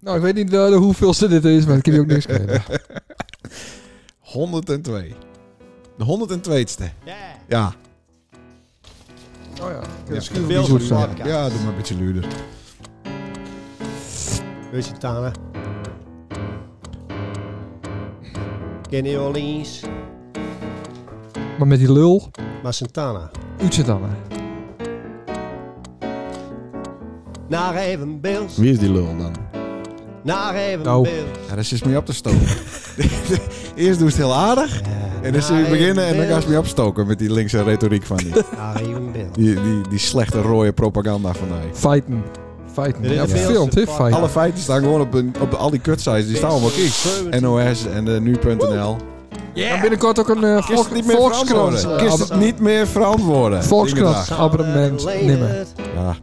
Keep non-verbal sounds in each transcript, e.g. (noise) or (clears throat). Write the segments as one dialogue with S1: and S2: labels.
S1: Nou, ik weet niet eh, de hoeveelste dit is, maar ik heb hier ook niks Oh kunnen.
S2: 102. De 102ste.
S3: Ja.
S2: Ja.
S1: Oh ja.
S2: Ja.
S1: schuur
S3: Veel
S1: die soort
S3: voor de
S1: van.
S3: podcast.
S2: Ja, doe maar een beetje luider.
S3: Beetje Tana. Kenny Orleans,
S1: Maar met die lul,
S3: maar Santana.
S1: uurtje dan. hè.
S3: Naar even Bills,
S4: Wie is die lul dan?
S3: naar even
S1: Nou.
S3: Bills.
S2: Ja, daar is mee op te stoken. (laughs) Eerst doe je het heel aardig. En dan zul je beginnen en dan ga je mee opstoken met die linkse retoriek (laughs) van die.
S3: Naar even Bills.
S2: Die, die, die slechte rode propaganda van mij.
S1: Feiten. Feiten.
S3: Dit is
S1: Ja,
S3: de veelste
S1: gefilmd, hè?
S3: podcast.
S1: Feiten.
S2: Alle feiten staan gewoon op, een, op al die kutsites. Die staan allemaal kies. NOS en eh, nu.nl.
S1: En binnenkort ook een eh,
S2: Kist
S1: volk,
S2: het niet meer
S1: volkskrant.
S2: verantwoorden. Kist het niet meer verantwoorden.
S1: Volkskrant.
S2: Inderdaad.
S1: Abonnement nemen.
S2: Ja.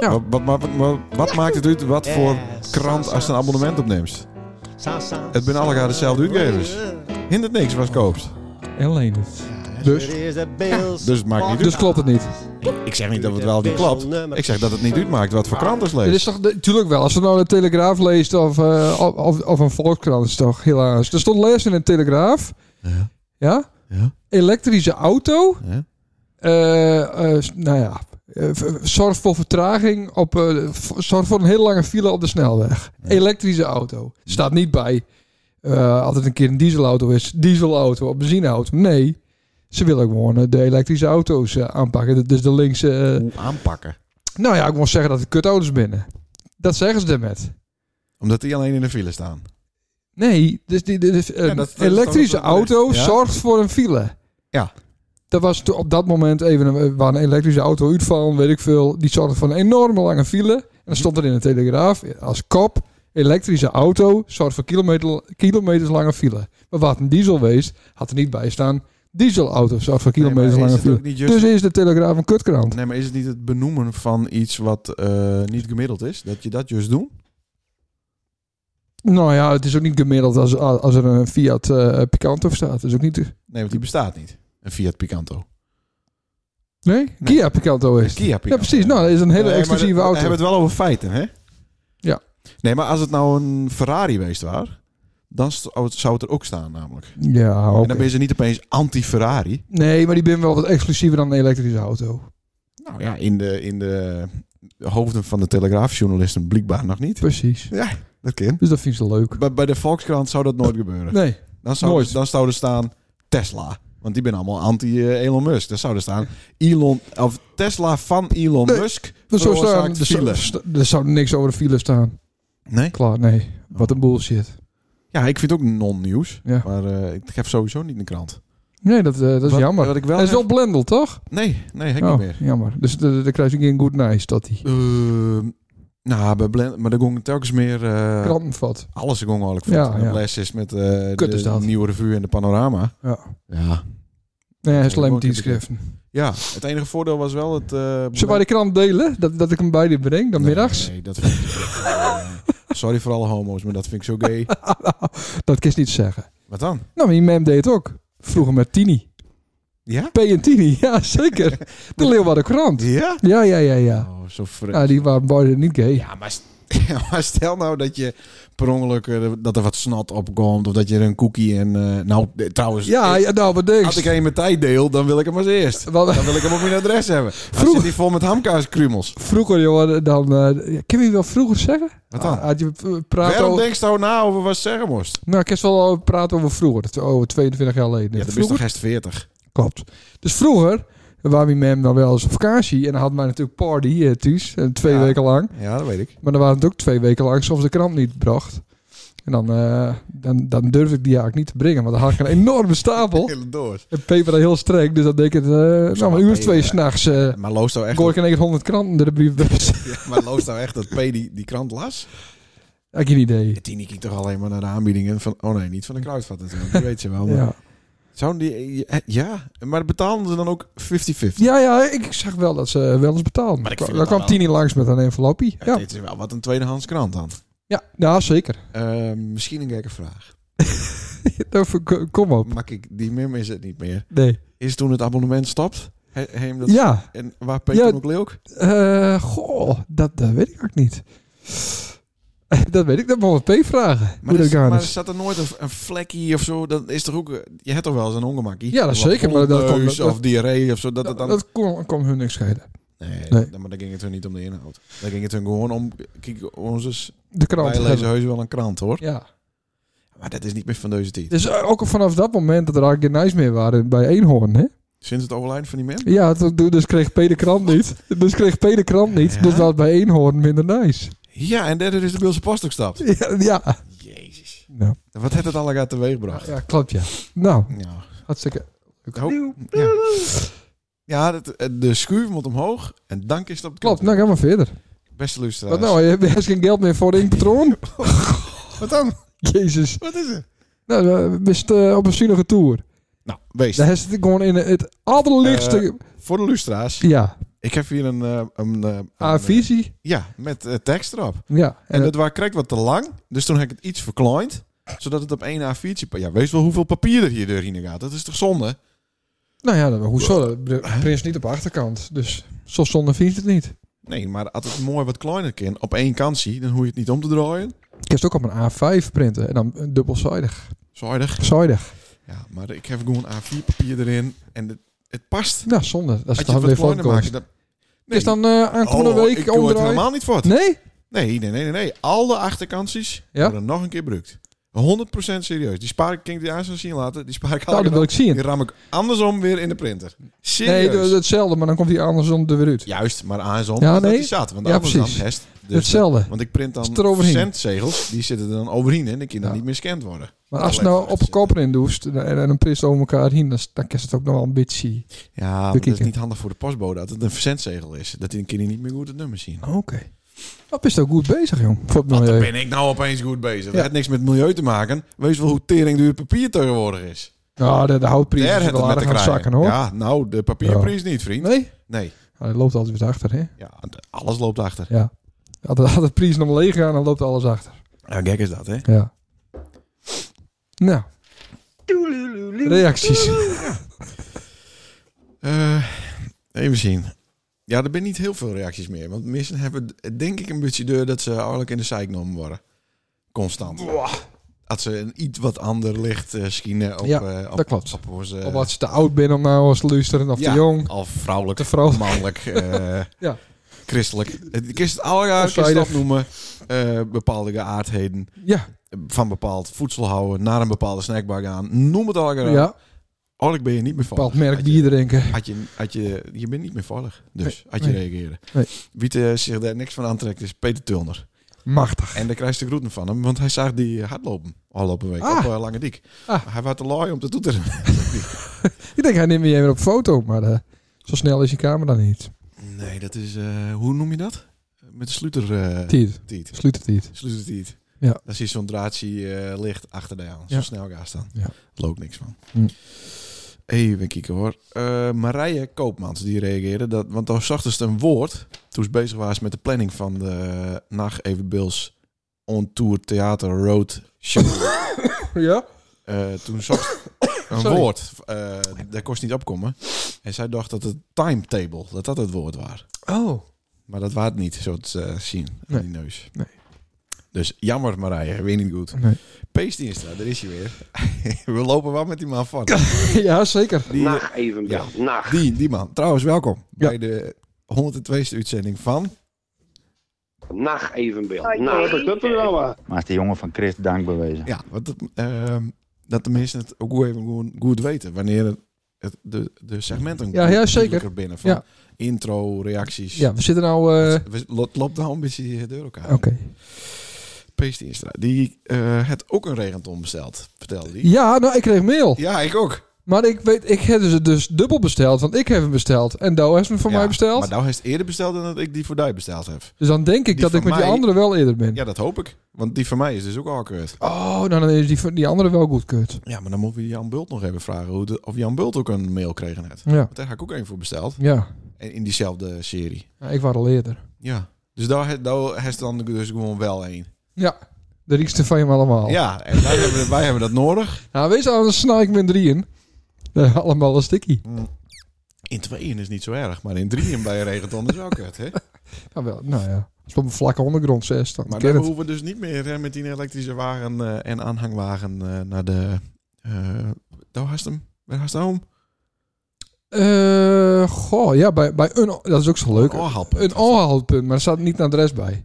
S1: Ja.
S2: Wat, wat, wat, wat, wat maakt het uit wat voor krant als je een abonnement opneemt? Het zijn allegaar dezelfde uitgevers. Hindert niks wat koopt.
S1: En alleen het. Dus?
S2: dus het maakt
S1: (laughs)
S2: niet
S1: Dus klopt het niet.
S2: Ik zeg niet dat het wel niet klopt. Ik zeg dat het niet uitmaakt wat voor krant er
S1: Dit
S2: leest.
S1: is toch natuurlijk wel. Als je nou de Telegraaf leest of, eh, of- of, of een Volkskrant, is toch heel anders. Er stond lezen in de Telegraaf.
S2: Ja.
S1: Ja?
S2: Ja.
S1: Elektrische auto.
S2: Ja.
S1: Eh, eh, s- nou ja. eh, v- zorgt voor vertraging op. eh, v- zorgt voor een hele lange file op de snelweg.
S2: Ja.
S1: Elektrische auto. Staat niet bij. eh, altijd een keer een dieselauto is. Dieselauto of benzineauto. Nee. Ze willen gewoon eh, de elektrische auto's eh, aanpakken. Dus de linkse. eh,
S2: Hoe aanpakken?
S1: nou ja, ik moet zeggen dat het kutauto's binnen. Dat zeggen ze daarmee.
S2: Omdat die alleen in de file staan.
S1: Nee, dus die, die- die- een
S2: dat- dat is
S1: elektrische
S2: toch wat het
S1: auto
S2: is, ja?
S1: zorgt voor een file.
S2: Ja.
S1: Dat was to- op dat moment even een, eh, waar een elektrische auto uitvallen, weet ik veel. Die zorgde voor een enorme lange file. En dan stond er in de Telegraaf als kop... elektrische auto zorgt voor kilometer, kilometers lange file. Maar wat een diesel weest, had er niet bij staan... dieselauto zorgt voor kilometers
S2: Nee, maar
S1: lange
S2: is het
S1: file.
S2: ook niet
S1: Dus
S2: juist-
S1: is de Telegraaf een kutkrant.
S2: Nee, maar is het niet het benoemen van iets wat eh, niet gemiddeld is? Dat je dat juist doet?
S1: Nou ja, het is ook niet gemiddeld als, als er een Fiat eh, Picanto staat. Dat is ook niet...
S2: Nee, want die bestaat niet. Een Fiat Picanto.
S1: Nee? Kia Picanto is
S2: Een
S1: het.
S2: Kia Picanto.
S1: Ja, precies. Nou, dat is een hele exclusieve
S2: We
S1: auto.
S2: hebben het wel over feiten, hè?
S1: Ja.
S2: Nee, maar als het nou een Ferrari geweest waar, dan st- zou het er ook staan namelijk.
S1: Ja,
S2: En dan
S1: oké.
S2: ben je ze niet opeens anti-Ferrari.
S1: Nee, maar die ben wel wat exclusiever dan een elektrische auto.
S2: Nou ja, in de, in de hoofden van de Telegraafjournalisten blijkbaar nog niet.
S1: Precies.
S2: Dat kan.
S1: Dus dat vind ze leuk.
S2: Bij, bij de Volkskrant zou dat nooit gebeuren.
S1: Nee.
S2: Dan zou,
S1: Nooit.
S2: dan zou er staan Tesla. Want die ben allemaal anti-Elon Musk. Dan zou er staan Elon, of Tesla van Elon
S1: Nee,
S2: Musk.
S1: Er zou, Dus staan,
S2: veroorzaakt
S1: er, zou,
S2: file.
S1: er sta- er zou niks over de file staan.
S2: Nee?
S1: Klaar, nee. Wat een bullshit.
S2: Ja, ik vind het ook non-nieuws.
S1: Ja.
S2: Maar eh, ik heb sowieso niet in de krant.
S1: Nee, dat, eh, dat is
S2: Wat-
S1: jammer.
S2: wat ik wel
S1: Hij is
S2: heb-
S1: wel blendel, toch?
S2: Nee, nee, heb ik
S1: Oh,
S2: niet meer.
S1: jammer. Dus eh, dan krijg je geen good nice, dat die.
S2: Ehm, nou, bij Blend, maar daar ging telkens meer... eh,
S1: Krantenvat.
S2: alles ging eigenlijk
S1: Ja,
S2: voor. Ja,
S1: ja.
S2: Les is met eh,
S1: Kut
S2: de
S1: is dat.
S2: nieuwe revue en de panorama.
S1: Ja.
S2: Ja.
S1: Nee, hij is
S2: Oké,
S1: alleen met tien
S2: mooi,
S1: schriften.
S2: Ja, het enige voordeel was wel het... eh,
S1: Zullen wij de krant delen? Dat, dat ik hem bij dit breng, dan
S2: Nee,
S1: middags? (laughs)
S2: Nee, dat vind ik... eh, sorry voor alle homo's, maar dat vind ik zo gay.
S1: Dat kist niet zeggen.
S2: Wat dan?
S1: Nou, mijn mem deed het ook. Vroeger met Tini.
S2: Ja?
S1: P en Tini, (laughs) ja zeker. De Leeuwarden krant.
S2: Ja?
S1: Ja, ja, ja, ja.
S2: Oh, zo vre-
S1: Nou, die waren beide niet gay.
S2: Ja, maar, st- (laughs) Ja, maar stel nou dat je per ongeluk eh, dat er wat snot opkomt of dat je er een cookie en eh, nou eh, trouwens
S1: Ja,
S2: eh,
S1: ja nou, wat
S2: als
S1: niks.
S2: ik een mijn tijd deel, dan wil ik hem als eerst.
S1: Wat-
S2: Dan wil ik hem op mijn adres hebben. Vroeg.
S1: Vroeg-
S2: zit hij vol met hamkaaskrummels.
S1: Vroeger, jongen, dan... eh, ja, kan je wel vroeger zeggen?
S2: Wat dan?
S1: Ah, Had je eh, praat
S2: Waarom
S1: over...
S2: denk je nou na over wat ze zeggen moest?
S1: Nou, ik heb wel over praten over vroeger. dat- Over 22 jaar geleden.
S2: Ja, dat is
S1: vroeger?
S2: toch echt 40.
S1: Klopt. Dus vroeger waren we mem dan wel eens op vakantie. En dan hadden wij natuurlijk party eh, thuis. eh, twee
S2: Ja.
S1: weken lang.
S2: Ja, dat weet ik.
S1: Maar dan waren het ook twee weken lang soms de krant niet bracht. En dan, eh dan, dan durfde ik die eigenlijk niet te brengen. Want dan had ik een enorme stapel.
S2: Hele doos.
S1: En peper dat heel streng. Dus dan denk ik, eh nou, een uur of twee
S2: peperen.
S1: s'nachts... eh
S2: Maar loos nou echt,
S1: gooi ik in één keer 100 kranten door de briefbus. (laughs)
S2: dat- maar loos nou echt dat P die, die krant las?
S1: Had ik geen idee.
S2: Tini kijkt toch alleen maar naar de aanbiedingen van... Oh nee, niet van de kruidvat natuurlijk. Dat weet je wel. Maar
S1: Ja.
S2: Zouden die... eh, Ja, maar betalen ze dan ook 50-50?
S1: Ja, ja, ik zag wel dat ze wel eens betaalden.
S2: Maar ik vind
S1: Daar
S2: het
S1: kwam
S2: dan wel-
S1: Tini langs met een enveloppie.
S2: Ja,
S1: Ja,
S2: Dit is wel wat een tweedehands krant dan.
S1: ja, nou, zeker.
S2: Eh, misschien een gekke vraag.
S1: Daarvoor k- Nou, Kom op.
S2: Mak ik, die mem is het niet meer.
S1: Nee.
S2: Is toen het abonnement stopt? He, heem dat
S1: Ja,
S2: En waar Peter
S1: Ja.
S2: ook leuk?
S1: eh, goh, dat, dat weet ik ook niet. (laughs) dat weet ik, dat mogen we P vragen.
S2: Maar,
S1: Hoe dat
S2: er,
S1: gaan
S2: maar
S1: is.
S2: zat er nooit een, een vlekje of zo? Dat is toch ook, eh, je hebt toch wel eens een ongemakkie?
S1: Ja, dat
S2: Of
S1: zeker, maar dat komt-
S2: hondenneus
S1: dat-
S2: Of diarree of zo. Dat, het dan,
S1: Dat kon, kon hun niks schelen.
S2: nee,
S1: nee.
S2: dan- maar dan ging het hun niet om de inhoud. Dan ging het hun gewoon om... Kijk, onze,
S1: De krant.
S2: wij lezen
S1: hebben.
S2: heus wel een krant, hoor.
S1: Ja.
S2: Maar dat is niet meer van deze tijd.
S1: Dus eh, ook vanaf dat moment dat er eigenlijk geen ijs meer waren bij Eenhoorn, hè?
S2: Sinds het overlijden van die man?
S1: Ja, toen- toen- dus kreeg P de krant niet. Dus kreeg P de krant niet.
S2: Ja?
S1: Dus was bij Eenhoorn minder nice.
S2: Ja, en derde is de Beelse post ook stapt.
S1: Ja, ja.
S2: Jezus.
S1: Nou,
S2: Wat heeft het allemaal teweeggebracht?
S1: ja klopt ja. Nou,
S2: Ja.
S1: hartstikke.
S2: Ho- ja. Ja, dat- de schuur moet omhoog en dank is het op de
S1: Klopt,
S2: kant.
S1: nou gaan we verder.
S2: Beste luisteraars.
S1: Wat nou, je hebt geen geld meer voor de
S2: (laughs)
S1: inkpatroon?
S2: Wat dan?
S1: Jezus.
S2: Wat is het?
S1: Nou, we best eh, op een zinnige tour.
S2: Nou, wees.
S1: Daar is het gewoon in het allerlichtste...
S2: Voor de luisteraars.
S1: ja,
S2: Ik heb hier een... eh, een, eh, een, eh,
S1: A-visie.
S2: ja, met eh, tekst erop.
S1: Ja.
S2: En
S1: En,
S2: dat was krijgt wat te lang. Dus toen heb ik het iets verkleind. Zodat het op één A4'tje... pa- Ja, wees wel hoeveel papier er hier doorheen gaat. Dat is toch zonde?
S1: nou ja, dan- hoezo? De prins niet op de achterkant. Dus zo zonder vindt het niet.
S2: Nee, maar als het mooi wat kleiner kan op één kant zie, dan hoe je het niet om te draaien.
S1: Je kunt het ook op een A5 printen. En dan dubbelzijdig.
S2: Zuidig.
S1: Zijdig.
S2: Ja, maar ik heb gewoon A4 papier erin. En het, het past.
S1: Nou, zonde. Dat is
S2: Als je
S1: dan
S2: het
S1: weer
S2: wat
S1: van
S2: kleiner maakt,
S1: Het
S2: dan... Nee.
S1: Is dan eh aankomende
S2: Oh, ik
S1: week
S2: doe het
S1: omdraaien?
S2: helemaal niet voor.
S1: Nee? Nou,
S2: Nee, nee, nee, nee, nee. Al de achterkantjes
S1: Ja?
S2: worden nog een keer gebruikt. 100% serieus. Die spaar ik, kan ik die aan zo zien laten. Die spaar ik
S1: Nou, dat
S2: altijd
S1: wil
S2: op.
S1: ik zien.
S2: Die ram ik andersom weer in de printer.
S1: Nee,
S2: Serieus. Dus
S1: dat is hetzelfde, maar dan komt hij andersom er weer uit.
S2: Juist, maar andersom.
S1: Ja,
S2: Ja, nee.
S1: nee.
S2: Dat die zat, want
S1: Ja,
S2: andersom
S1: precies.
S2: hest. Dus
S1: Hetzelfde.
S2: Want ik print dan
S1: Is het eroverheen?
S2: verzendzegels. Die zitten er dan overheen en die kunnen
S1: Ja.
S2: dan niet meer scand worden.
S1: Maar als je nou op koper in doest en en een prist over elkaar heen, dan, dan kan je het ook nog wel een beetje zien.
S2: Ja, maar dat is
S1: Bekijken.
S2: niet handig voor de postbode dat het een verzendzegel is. Dat die een keer niet meer goed het nummer zien.
S1: Oké. Dat is ook goed bezig, jong. Voor het
S2: Wat
S1: Nou, milieu.
S2: ben ik nou opeens goed bezig? Dat
S1: Ja.
S2: heeft niks met milieu te maken. Wees wel hoe tering duur papier tegenwoordig is.
S1: Nou, de, de houtprijs
S2: Daar
S1: is
S2: het
S1: wel
S2: met te
S1: aardig aan het
S2: krijgen.
S1: zakken, hoor.
S2: Ja, nou, de papierprijs niet, vriend. Nee.
S1: Nee? Ah, dat loopt altijd weer achter, hè?
S2: Ja, d- alles loopt achter.
S1: Ja. Had de, had de prijs nog leeg gaan, dan loopt alles achter.
S2: Ja, gek is dat, hè?
S1: Ja. Nou. Reacties.
S2: Eh, even zien. Ja, er zijn niet heel veel reacties meer. Want mensen hebben, d- denk ik, een beetje deur dat ze eigenlijk in de zeik genomen worden. Constant. Dat ze een iets wat ander licht eh schienen op,
S1: Ja,
S2: eh, op,
S1: dat klopt.
S2: Op, onze,
S1: Of wat ze te oud ben om nou als te luisteren, of
S2: Ja,
S1: te jong,
S2: Of vrouwelijk,
S1: te vrouw. (laughs)
S2: mannelijk, eh,
S1: Ja.
S2: christelijk. Het- Ik is het alle jaren, ik is het
S1: Onzijdig.
S2: opnoemen. eh, bepaalde geaardheden.
S1: Ja,
S2: van bepaald voedsel houden, naar een bepaalde snackbar gaan, noem het allemaal. Ja.
S1: ja.
S2: Eigenlijk ben je niet meer veilig.
S1: bepaald merk
S2: Had je-
S1: bier drinken.
S2: Had je, had je, je bent niet meer veilig, dus
S1: Nee,
S2: had je
S1: nee.
S2: reageren.
S1: Nee.
S2: Wie eh, zich daar niks van aantrekt is Peter Tulner.
S1: Machtig.
S2: En daar krijg je de groeten van hem, want hij zag die eh, hardlopen afgelopen week
S1: Ah.
S2: op eh, Lange Diek.
S1: Ah.
S2: Hij was te laai om te toeteren.
S1: Ik denk, hij neemt me even op foto, maar eh, zo snel is je camera niet.
S2: Nee, dat is, eh, hoe noem je dat? Met de sluiter... eh,
S1: Tiet,
S2: tiet.
S1: sluit het
S2: (laughs)
S1: niet.
S2: Sluitertiet.
S1: Ja.
S2: Dan zie je zo'n draadje eh, licht achter de aan. Zo
S1: Ja.
S2: snel gaan staan.
S1: Ja.
S2: Loopt niks van.
S1: Hm.
S2: Even kijken hoor. Eh, Marije Koopmans die reageerde. Dat, want daar zag dus een woord. Toen ze bezig was met de planning van de Nacht Even Bills On Tour Theater Road Show.
S1: Ja?
S2: Eh, toen zag
S1: (coughs)
S2: ze een
S1: Sorry.
S2: woord. eh daar kost niet opkomen. En zij dacht dat het timetable, dat dat het woord was.
S1: Oh.
S2: Maar dat waard niet, zo te eh, zien. aan
S1: Nee.
S2: Die neus.
S1: Nee.
S2: Dus jammer, Marije. Weer niet goed.
S1: Nee.
S2: Pees Dienstra, daar is hij weer. (laughs) We lopen wel met die man van.
S1: (laughs) ja, zeker.
S2: Die,
S4: Nacht even,
S2: ja.
S4: ja. Nacht.
S2: die, die man. Trouwens, welkom
S1: Ja.
S2: bij de 102e uitzending van...
S4: Nacht evenbeeld.
S5: Wat
S4: Nacht.
S5: is dat er allemaal?
S6: Maar is die jongen van Chris dankbewezen.
S2: Ja, wat, het, ehm, dat de mensen het ook goed even gewoon goed weten. Wanneer het, het- de, de segmenten
S1: Ja, ja, zeker.
S2: duidelijker binnen. Van
S1: Ja.
S2: intro, reacties.
S1: Ja, we zitten nou... eh,
S2: We- Het loopt nou een beetje door elkaar.
S1: Oké.
S2: Pees Dienstra, die eh het ook een regenton besteld, vertelde hij.
S1: Ja, nou, ik kreeg mail.
S2: Ja, ik ook.
S1: Maar ik weet, ik heb ze dus dubbel besteld, want ik heb hem besteld. En Douw heeft hem voor
S2: Ja,
S1: mij besteld.
S2: Maar nou heeft het eerder besteld dan dat ik die voor jou besteld heb.
S1: dus dan denk ik
S2: die
S1: dat ik
S2: van
S1: met die
S2: mij-
S1: andere wel eerder ben.
S2: Ja, dat hoop ik. Want die van mij is dus ook awkward.
S1: Oh, nou, dan is die, van- die andere wel goedkeurd.
S2: Ja, maar dan moeten we Jan Bult nog even vragen hoe de- of Jan Bult ook een mail kreeg net.
S1: Ja.
S2: Want daar heb ik ook één voor besteld.
S1: Ja.
S2: En in diezelfde serie.
S1: Ja, ik was al eerder.
S2: Ja. Dus daar he- daar heeft dan dus gewoon wel één.
S1: Ja. De riekste van je allemaal.
S2: Ja, en wij hebben, wij hebben dat nodig.
S1: Nou, wees anders, snij ik met drieën. (laughs) Eh, allemaal een sticky.
S2: In tweeën is niet zo erg, maar in drieën bij een regenton is wel kut, hè?
S1: Nou, wel, nou ja. Als we op een vlakke ondergrond zes, dan
S2: Maar
S1: ken
S2: dan
S1: het.
S2: hoeven we dus niet meer eh, met die elektrische wagen eh, en aanhangwagen eh, naar de... eh daar haast hem. Waar haast hem?
S1: Eh, goh, ja, bij, bij een... Dat is ook zo leuk.
S2: Oh,
S1: Een
S2: (laughs)
S1: onhoudpunt, maar er staat niet een adres bij.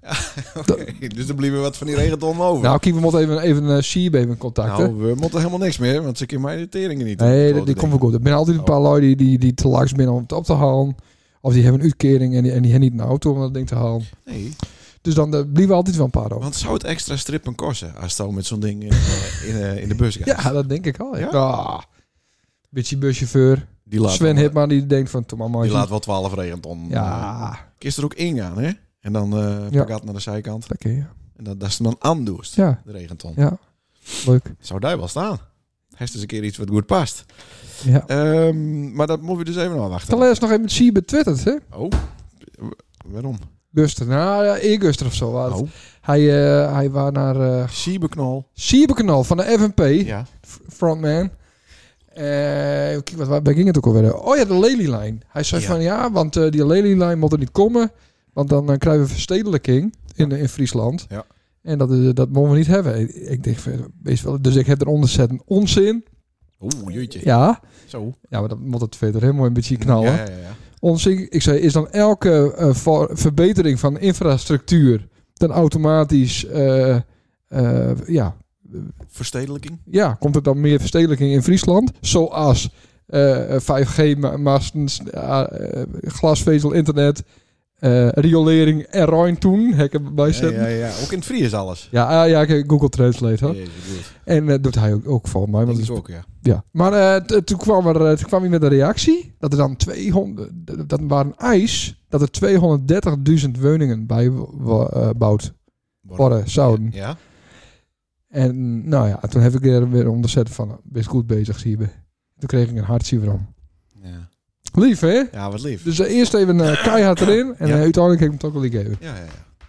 S2: dus er blijven wat van die regenton over.
S1: Nou, Kiepen moet even, even een CB contacten.
S2: Nou, we moeten helemaal niks meer, want ze kunnen mijn irriteringen niet.
S1: nee,
S2: Grote
S1: dat- die komt wel
S2: dingen.
S1: goed. Er zijn altijd een
S2: Oh.
S1: paar lui die, die, die te langs binnen om het op te halen. Of die hebben een uitkering en die, en die hebben niet een auto om dat ding te halen.
S2: Nee,
S1: Dus dan eh, blijven altijd wel een paar over.
S2: want zou het extra strippen kosten als je met zo'n ding in, eh, in, eh, in de bus gaat?
S1: Ja, dat denk ik wel. Ja.
S2: Ja?
S1: Ah, beetje buschauffeur.
S2: die laat
S1: Sven
S2: wel, eh,
S1: Hipman die denkt van, Tom, man.
S2: Die laat wel 12 regenton. eh,
S1: Ja,
S2: Kist er ook ingaan, hè? En dan eh
S1: Ja.
S2: gaat naar de zijkant.
S1: lekker. Ja.
S2: En dat, dat is dan aandoest,
S1: ja,
S2: de regenton.
S1: Ja. leuk.
S2: Zou daar wel staan. Hij is dus een keer iets wat goed past.
S1: Ja.
S2: Ehm, maar dat moeten we dus even nog
S1: Te
S2: wachten.
S1: les nog even met Siebe twittert, hè?
S2: Oh, waarom?
S1: Guster. Nou ja, eerguster of zo. was het.
S2: Oh,
S1: Hij, eh, hij was naar eh
S2: Siebeknal.
S1: Siebeknal van de FNP.
S2: Ja.
S1: f- frontman. Eh, kijk, wat, waar waar ging het ook alweer? Oh ja, de lijn. Hij zei
S2: Ja.
S1: van ja, want eh, die lijn moet er niet komen. Want dan eh, krijgen we verstedelijking in, in Friesland.
S2: Ja.
S1: En dat, eh, dat mogen we niet hebben. Ik, ik denk, van, wees wel, dus ik heb eronder zet een onzin.
S2: Oeh, jeetje.
S1: Ja.
S2: Zo.
S1: ja, maar dan moet het verder helemaal een beetje knallen.
S2: Ja, ja, ja.
S1: Onzin, ik zei, is dan elke eh, voor- verbetering van infrastructuur dan automatisch, eh, eh, ja,
S2: Verstedelijking.
S1: ja, komt er dan meer verstedelijking in Friesland? Zoals eh 5G-masten, eh, glasvezel, internet, eh, riolering en ruin toen. Heb ik erbij
S2: Ja,
S1: zitten.
S2: ja,
S1: Ja,
S2: ja. Ook in het vrij is alles.
S1: ja, ah, ja, ik heb Google Translate. hoor.
S2: Jezus, goed.
S1: En dat doet hij ook, ook voor mij.
S2: Dat
S1: Want
S2: is
S1: het is-
S2: ook, ja.
S1: ja. Maar eh, t- toen, kwam er, eh, toen kwam hij met een reactie dat er dan 200, dat- dat waren ijs, dat er 230.000 woningen bij wa- wa- eh, bouwd worden zouden.
S2: Ja.
S1: En nou ja, toen heb ik er weer onderzet van, best goed bezig, zie je. Toen kreeg ik een hartje van.
S2: ja.
S1: Lief, hè?
S2: Ja, wat lief.
S1: Dus eh, eerst even eh,
S2: (coughs)
S1: keihard erin en
S2: Ja.
S1: eh, uiteindelijk heb ik hem toch wel gegeven.
S2: Ja, ja, ja.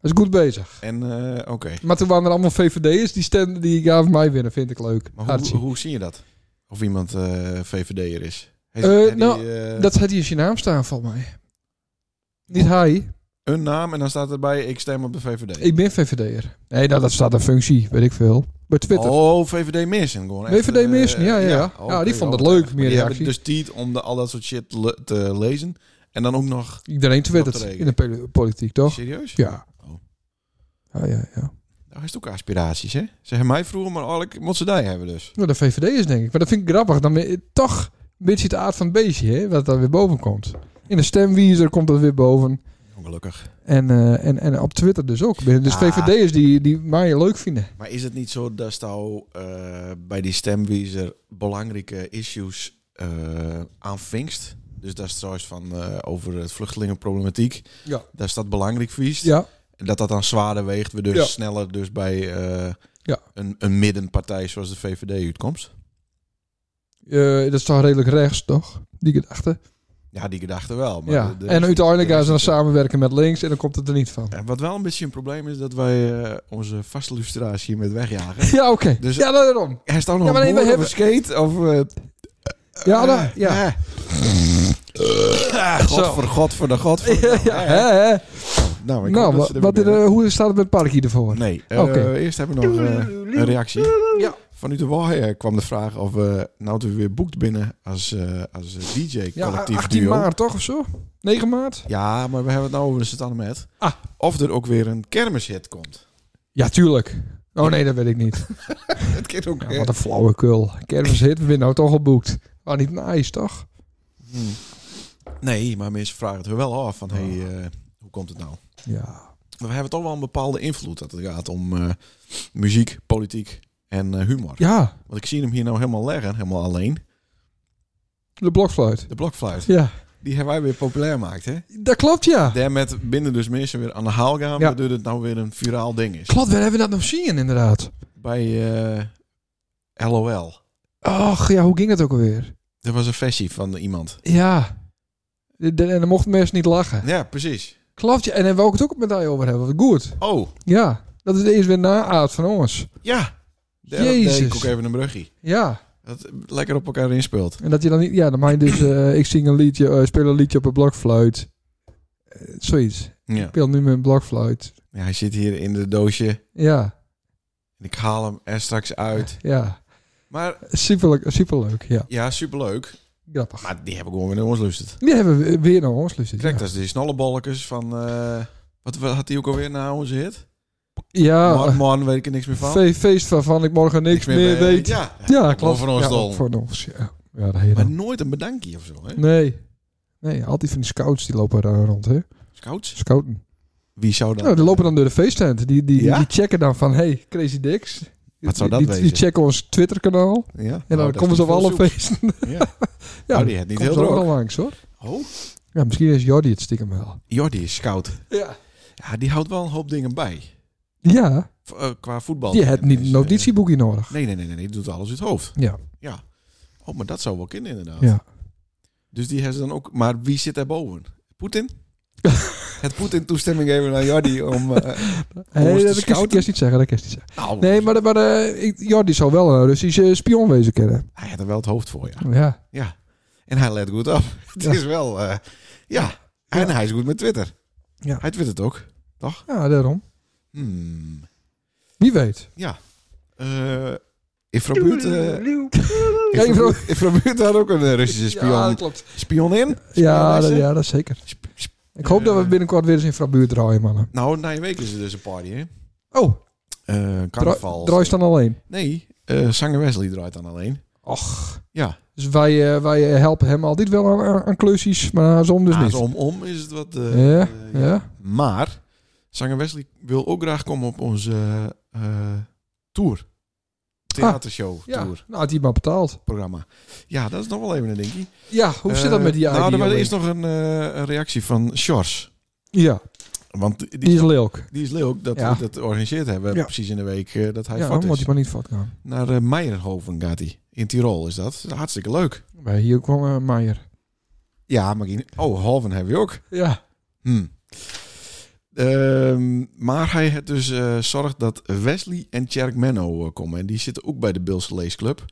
S1: Dat is goed bezig.
S2: En, eh, oké.
S1: Maar toen waren er allemaal VVD'ers die stemden, die gaven mij winnen, vind ik leuk.
S2: Maar hoe,
S1: Hartje.
S2: hoe zie je dat? Of iemand eh, VVD'er is? Heeft,
S1: Eh,
S2: heeft die,
S1: nou,
S2: eh,
S1: Dat had hij in zijn naam staan, volgens mij. Niet hij.
S2: Een naam en dan staat erbij, ik stem op de VVD.
S1: Ik ben VVD'er. Nee, nou, dat staat een functie, weet ik veel. Bij Twitter.
S2: Oh, VVD Missen. Gewoon echt,
S1: VVD
S2: eh,
S1: Missen, ja, ja, ja.
S2: oké,
S1: Ja, die vond
S2: wel
S1: het leuk, meer
S2: erg. Maar Die
S1: reactie.
S2: hebben dus tijd om de, al dat soort shit le- te lezen. En dan ook nog...
S1: Iedereen twittert
S2: Op de regen.
S1: in de poli- politiek, toch?
S2: Serieus?
S1: Ja.
S2: Oh.
S1: Ja, ja, ja.
S2: Daar is het ook aspiraties, hè? Ze hebben mij vroeger, maar eigenlijk moet ze die hebben dus.
S1: Nou, de VVD is denk ik. Maar dat vind ik grappig. Dan ben je toch een beetje het aard van het beestje, hè? Wat daar weer boven komt. In de stemwiezer komt dat weer boven.
S2: Ongelukkig.
S1: En, eh, en, en op Twitter dus ook. Dus
S2: Ah.
S1: VVD'ers die, die mij leuk vinden.
S2: Maar is het niet zo dat jou eh, bij die stemwiezer belangrijke issues eh aanvingst? Dus dat is trouwens van eh, over het vluchtelingenproblematiek.
S1: Ja.
S2: Daar staat belangrijk vies.
S1: Ja,
S2: Dat dat dan zwaarder weegt, we dus
S1: Ja.
S2: sneller dus bij eh,
S1: Ja.
S2: een, een middenpartij zoals de VVD uitkomst.
S1: eh, dat is toch redelijk rechts, toch? Die gedachte.
S2: Ja, die gedachte wel. Maar
S1: Ja.
S2: de- de-
S1: en uiteindelijk
S2: de-
S1: gaan ze dan samenwerken met links en dan komt het er niet van.
S2: En wat wel een beetje een probleem is, dat wij eh, onze vaste lustra's hier
S1: (laughs)
S2: met wegjagen.
S1: Ja, oké.
S2: Dus-
S1: ja, daarom.
S2: Er staat nog
S1: Ja, maar
S2: een
S1: nee, we
S2: boer of een skate of... eh,
S1: Ja,
S2: Eh,
S1: daar- ja.
S2: eh. Ah, God voor God voor de God voor
S1: Ja, ja, hè, hè.
S2: Nou, ik
S1: Nou,
S2: hoop dat
S1: wat,
S2: ze er
S1: wat
S2: weer
S1: er,
S2: binnen-
S1: eh, hoe staat het met het parkje ervoor?
S2: Nee, eh,
S1: Oké.
S2: eerst hebben we nog eh, een reactie.
S1: Ja.
S2: Van u de Waaier kwam de vraag of we nou te weer boekt binnen als, eh, als eh, DJ
S1: Ja,
S2: collectief
S1: 18
S2: duo.
S1: maart toch of zo? 9 maart?
S2: Ja, maar we hebben het nou over de Sint met.
S1: Ah.
S2: Of er ook weer een kermishit komt.
S1: Ja, tuurlijk. Oh nee, dat weet ik (laughs) niet.
S2: Het kan ook.
S1: Ja, wat een flauwekul. Kermishit, we zijn nou toch al boekt. Maar niet nice, toch?
S2: Hmm. Nee, maar mensen vragen het wel af van hey,
S1: Ah.
S2: eh, hoe komt het nou?
S1: Ja.
S2: We hebben toch wel een bepaalde invloed dat het gaat om eh, muziek, politiek en eh, humor.
S1: Ja,
S2: Want ik zie hem hier nou helemaal leggen, helemaal alleen.
S1: de blokfluit.
S2: De blokfluit.
S1: Ja,
S2: Die hebben wij weer populair gemaakt, hè?
S1: dat klopt ja.
S2: Daarmet binnen dus mensen weer aan de haal gaan,
S1: Ja.
S2: waardoor het nou weer een viraal ding is.
S1: Klopt, waar hebben we dat nog zien inderdaad?
S2: Bij eh, LOL.
S1: Och, ja, hoe ging het ook alweer?
S2: Er was een versie van iemand.
S1: Ja. De- de- en dan mochten mensen niet lachen.
S2: Ja, precies.
S1: Klopt ja, en daar wou ik het ook met jou over hebben. Wat goed.
S2: Oh,
S1: Ja, dat is de eerste weer na-aard van ons.
S2: ja. Daar
S1: Jezus.
S2: deed ik ook even een bruggie.
S1: Ja.
S2: Dat lekker op elkaar inspeelt.
S1: En dat je dan niet, ja, dan maak je dus, eh, ik zing een liedje, eh, speel een liedje op een blokfluit. Eh, zoiets.
S2: Ja.
S1: Ik speel nu met een blokfluit.
S2: Ja, hij zit hier in de doosje.
S1: Ja,
S2: Ik haal hem er straks uit.
S1: ja.
S2: Maar
S1: Superleuk, superleuk. Ja,
S2: ja, superleuk.
S1: grappig.
S2: Maar die hebben gewoon weer naar ons lusterd.
S1: Die hebben we weer naar ons luisteren.
S2: Kijk,
S1: ja.
S2: dat is dus die snollebalkers van... eh, wat, wat had hij ook alweer naar ons hit?
S1: Ja,
S2: Morgen morgen weet ik er niks meer van.
S1: fe- feest waarvan ik morgen niks, meer,
S2: bij-
S1: weet. Ja,
S2: Ja,
S1: ja klopt.
S2: klopt. Van ons
S1: ja,
S2: dan.
S1: Voor ons, ja. Ja, de hele-
S2: Maar nooit een bedankje of zo, hè?
S1: Nee. Nee, al die van die scouts die lopen daar rond, hè?
S2: Scouts?
S1: Scouten.
S2: Wie zou dat...
S1: Nou, die lopen dan door de feesttent. Die, die,
S2: Ja?
S1: die checken dan van, hey, Crazy Dicks.
S2: Wat zou dat
S1: die, Die
S2: wezen?
S1: checken ons Twitter-kanaal.
S2: ja? Nou,
S1: En nou, dan komen ze op alle feesten.
S2: (laughs) Ja.
S1: Ja,
S2: Oh, die had niet
S1: komt
S2: heel
S1: er ook
S2: droog.
S1: al langs, hoor.
S2: Oh,
S1: Ja, misschien is Jordi het stiekem wel.
S2: Jordi is scout.
S1: Ja.
S2: Ja, die houdt wel een hoop dingen bij.
S1: Ja,
S2: V- eh, qua voetbal. Dus, eh,
S1: die hebt niet een notitieboekje nodig.
S2: Nee, nee, nee, nee, nee. Die doet alles uit het hoofd.
S1: Ja.
S2: Ja. Oh, maar dat zou wel kunnen inderdaad.
S1: Ja.
S2: Dus die hebben ze dan ook... Maar wie zit daarboven?
S1: (laughs)
S2: Poetin? het Poetin toestemming geven aan Jordi om... eh,
S1: Nee, dat
S2: te
S1: kan ik-
S2: scouten?
S1: kan ik niet zeggen, dat kan ik niet zeggen.
S2: nou,
S1: Nee, maar, maar eh, ik- Jordi zou wel een Russische spion wezen kennen.
S2: hij had er wel het hoofd voor, ja.
S1: Ja.
S2: Ja. En hij let goed op. (laughs) het is wel... eh, ja. En hij is goed met Twitter.
S1: Ja.
S2: Hij twittert ook. Toch?
S1: Ja, daarom.
S2: Hmm.
S1: Wie weet.
S2: Eh in Frabuurt...
S1: Ja, in Fro-
S2: in Frabuurt had ook een eh, Russische spion,
S1: klopt.
S2: spion in.
S1: Ja, dat,
S2: Spionage?
S1: ja, dat zeker.
S2: Sp- sp-
S1: Ik hoop dat we binnenkort weer eens in Frabuur draaien, mannen.
S2: nou, na een week is er dus een party, hè?
S1: Oh,
S2: Eh
S1: draai
S2: carnaval.
S1: draai je dan alleen?
S2: Nee, eh zanger Wesley draait dan alleen.
S1: Och.
S2: Ja.
S1: Dus wij, eh, wij eh, helpen hem altijd wel aan, aan, aan klusjes, maar andersom dus
S2: Ah,
S1: niet.
S2: zo om om is het wat... eh,
S1: Ja,
S2: eh,
S1: ja.
S2: Maar zanger Wesley wil ook graag komen op onze eh, eh, tour. Theatershow
S1: ja.
S2: tour
S1: Nou, had hij maar betaald.
S2: programma. Ja, dat is nog wel even een dingetje.
S1: Ja, hoe zit dat
S2: Eh,
S1: met die ID?
S2: Nou, er was
S1: alleen?
S2: eerst nog een eh, een reactie van Sjors.
S1: Ja,
S2: Want die,
S1: die is leuk.
S2: Die is leuk dat
S1: Ja.
S2: we dat georganiseerd hebben.
S1: Ja.
S2: Precies in de week eh, dat hij
S1: ja,
S2: vat
S1: moet
S2: is.
S1: hij maar niet fout gaan.
S2: Naar eh, Meijerhoven gaat hij. In Tirol is dat. Hartstikke leuk.
S1: Maar hier kwam eh, Meijer.
S2: Ja, maar die- Oh, Hoven hebben we ook.
S1: Ja.
S2: Hm. Ehm, maar hij heeft dus eh, zorgt dat Wesley en Tjerk Menno eh, komen. En die zitten ook bij de Bilse Leesclub.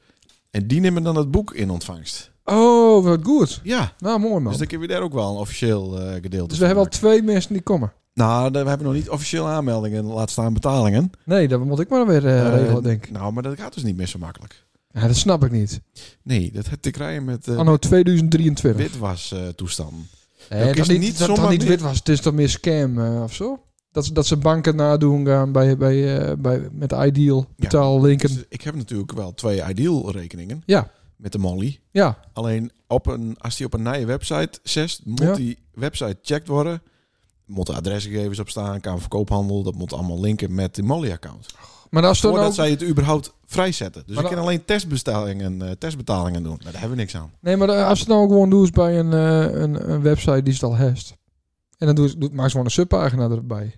S2: En die nemen dan het boek in ontvangst.
S1: Oh, wat goed.
S2: Ja,
S1: Nou, mooi man.
S2: dus
S1: Dus,
S2: dan kunnen we daar ook wel een officieel eh, gedeelte
S1: we
S2: van
S1: hebben al
S2: maken.
S1: twee mensen die komen.
S2: Nou, daar- we hebben nog niet officieel aanmeldingen. Laat staan betalingen.
S1: Nee, dat moet ik maar weer eh,
S2: Eh,
S1: regelen, denk ik.
S2: Nou, maar dat gaat dus niet meer zo makkelijk.
S1: Ja, dat snap ik niet.
S2: Nee, dat heb te krijgen met... eh,
S1: Anno 2023.
S2: witwas eh toestand.
S1: Nee,
S2: dat
S1: dat,
S2: is
S1: niet,
S2: niet
S1: dat, dat
S2: zomaar
S1: niet
S2: meer.
S1: wit was. Het is toch meer scam eh, of zo? Dat, ze- dat ze banken nadoen gaan bij, bij, eh, bij, met Ideal, betaallinken.
S2: Dus ik heb natuurlijk wel twee ideal rekeningen.
S1: Ja.
S2: Met de Molly.
S1: Ja,
S2: Alleen op een, als die op een nieuwe website zest, moet
S1: Ja.
S2: die website checked worden. Moeten adresgegevens op staan, Kamer van Koophandel. Dat moet allemaal linken met de Molly-account.
S1: maar als dan
S2: Voordat
S1: ook...
S2: zij het überhaupt vrijzetten. Dus
S1: nou- Maar
S2: ik
S1: dan-
S2: kan alleen testbetalingen, eh, testbetalingen doen. Nou, daar hebben we niks aan.
S1: Nee, maar eh, als het nou ook gewoon doen is bij een, eh, een, een website die het al heeft. En dan doet, doet, maakt ze gewoon een subpagina erbij.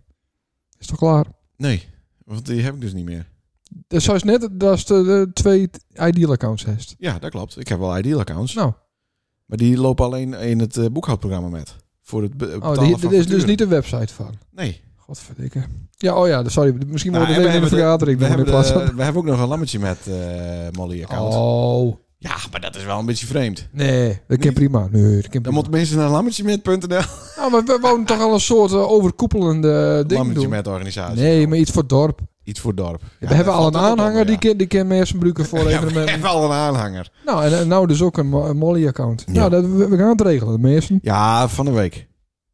S1: Is toch klaar?
S2: Nee, want die heb ik dus niet meer.
S1: Dus zoals net, dat is de, de twee Ideal-accounts heeft. Oh,
S2: Ja, dat klopt. Ik heb wel ideal-accounts.
S1: Nou,
S2: Maar die lopen alleen in het eh, boekhoudprogramma met. Voor het be-
S1: oh,
S2: betalen
S1: die,
S2: van
S1: dit is dus
S2: facturen.
S1: niet de website van.
S2: Nee.
S1: Godverdikke. Ja, oh ja, sorry. Misschien
S2: Nou,
S1: wordt het even in
S2: en we
S1: de
S2: hebben de-
S1: vergadering.
S2: We
S1: nog in
S2: hebben,
S1: plaats van-
S2: de- we hebben ook nog een lammetje met eh Molly-account.
S1: Oh,
S2: Ja, maar dat is wel een beetje vreemd.
S1: nee. Dat kan
S2: Niet?
S1: prima. Nee, dat kan
S2: Dan
S1: prima.
S2: moeten mensen naar lammetjemet.nl.
S1: Nou, maar we wouden toch al een soort eh, overkoepelende ding
S2: Lammetje
S1: doen.
S2: met organisatie.
S1: Nee, maar iets voor het dorp.
S2: Iets voor het dorp. Ja,
S1: we hebben
S2: dat
S1: al een
S2: valt ook
S1: aanhanger
S2: onder,
S1: die
S2: ja.
S1: kan, die kan mensen gebruiken voor
S2: (laughs) Ja, we
S1: evenementen.
S2: hebben al een aanhanger.
S1: Nou, en, en nou dus ook een, mo- een Molly-account.
S2: Ja.
S1: Nou, dat, we, we gaan het regelen, mensen.
S2: Ja, van de week.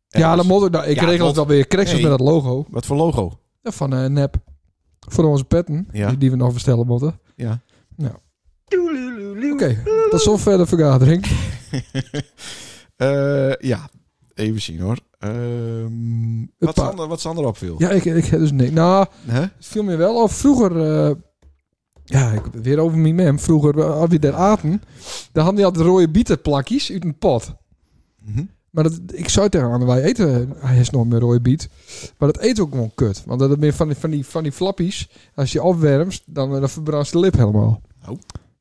S1: Ja,
S2: Ergens.
S1: dan moet ik, nou, ik
S2: Ja,
S1: regel
S2: want-
S1: het alweer. Krijg
S2: Nee.
S1: met dat logo
S2: Wat voor logo? (laughs)
S1: Ja, van eh Nep. Voor onze petten,
S2: Ja.
S1: die, die we nog verstellen moeten.
S2: Ja.
S1: Oké, tot zover de vergadering.
S2: Eh, ja, even zien hoor. Ehm, wat,
S1: Huppa.
S2: Sander, wat Sander opviel.
S1: Ja, ik, ik heb dus niks. Nou,
S2: Hè?
S1: het viel me wel of vroeger... eh, ja, ik, weer over mijn mem. Vroeger, eh, als we daar aten, dan hadden die altijd rode bietenplakjes uit een pot.
S2: Mhm.
S1: Maar dat, ik zou tegen Anne, wij eten, eh, hij is nooit meer rode biet. Maar dat eet ook gewoon kut. Want dat is meer van die, van die, van die flappies. Als je opwermt, dan, eh, dan verbrandt je lip helemaal.
S2: Oh.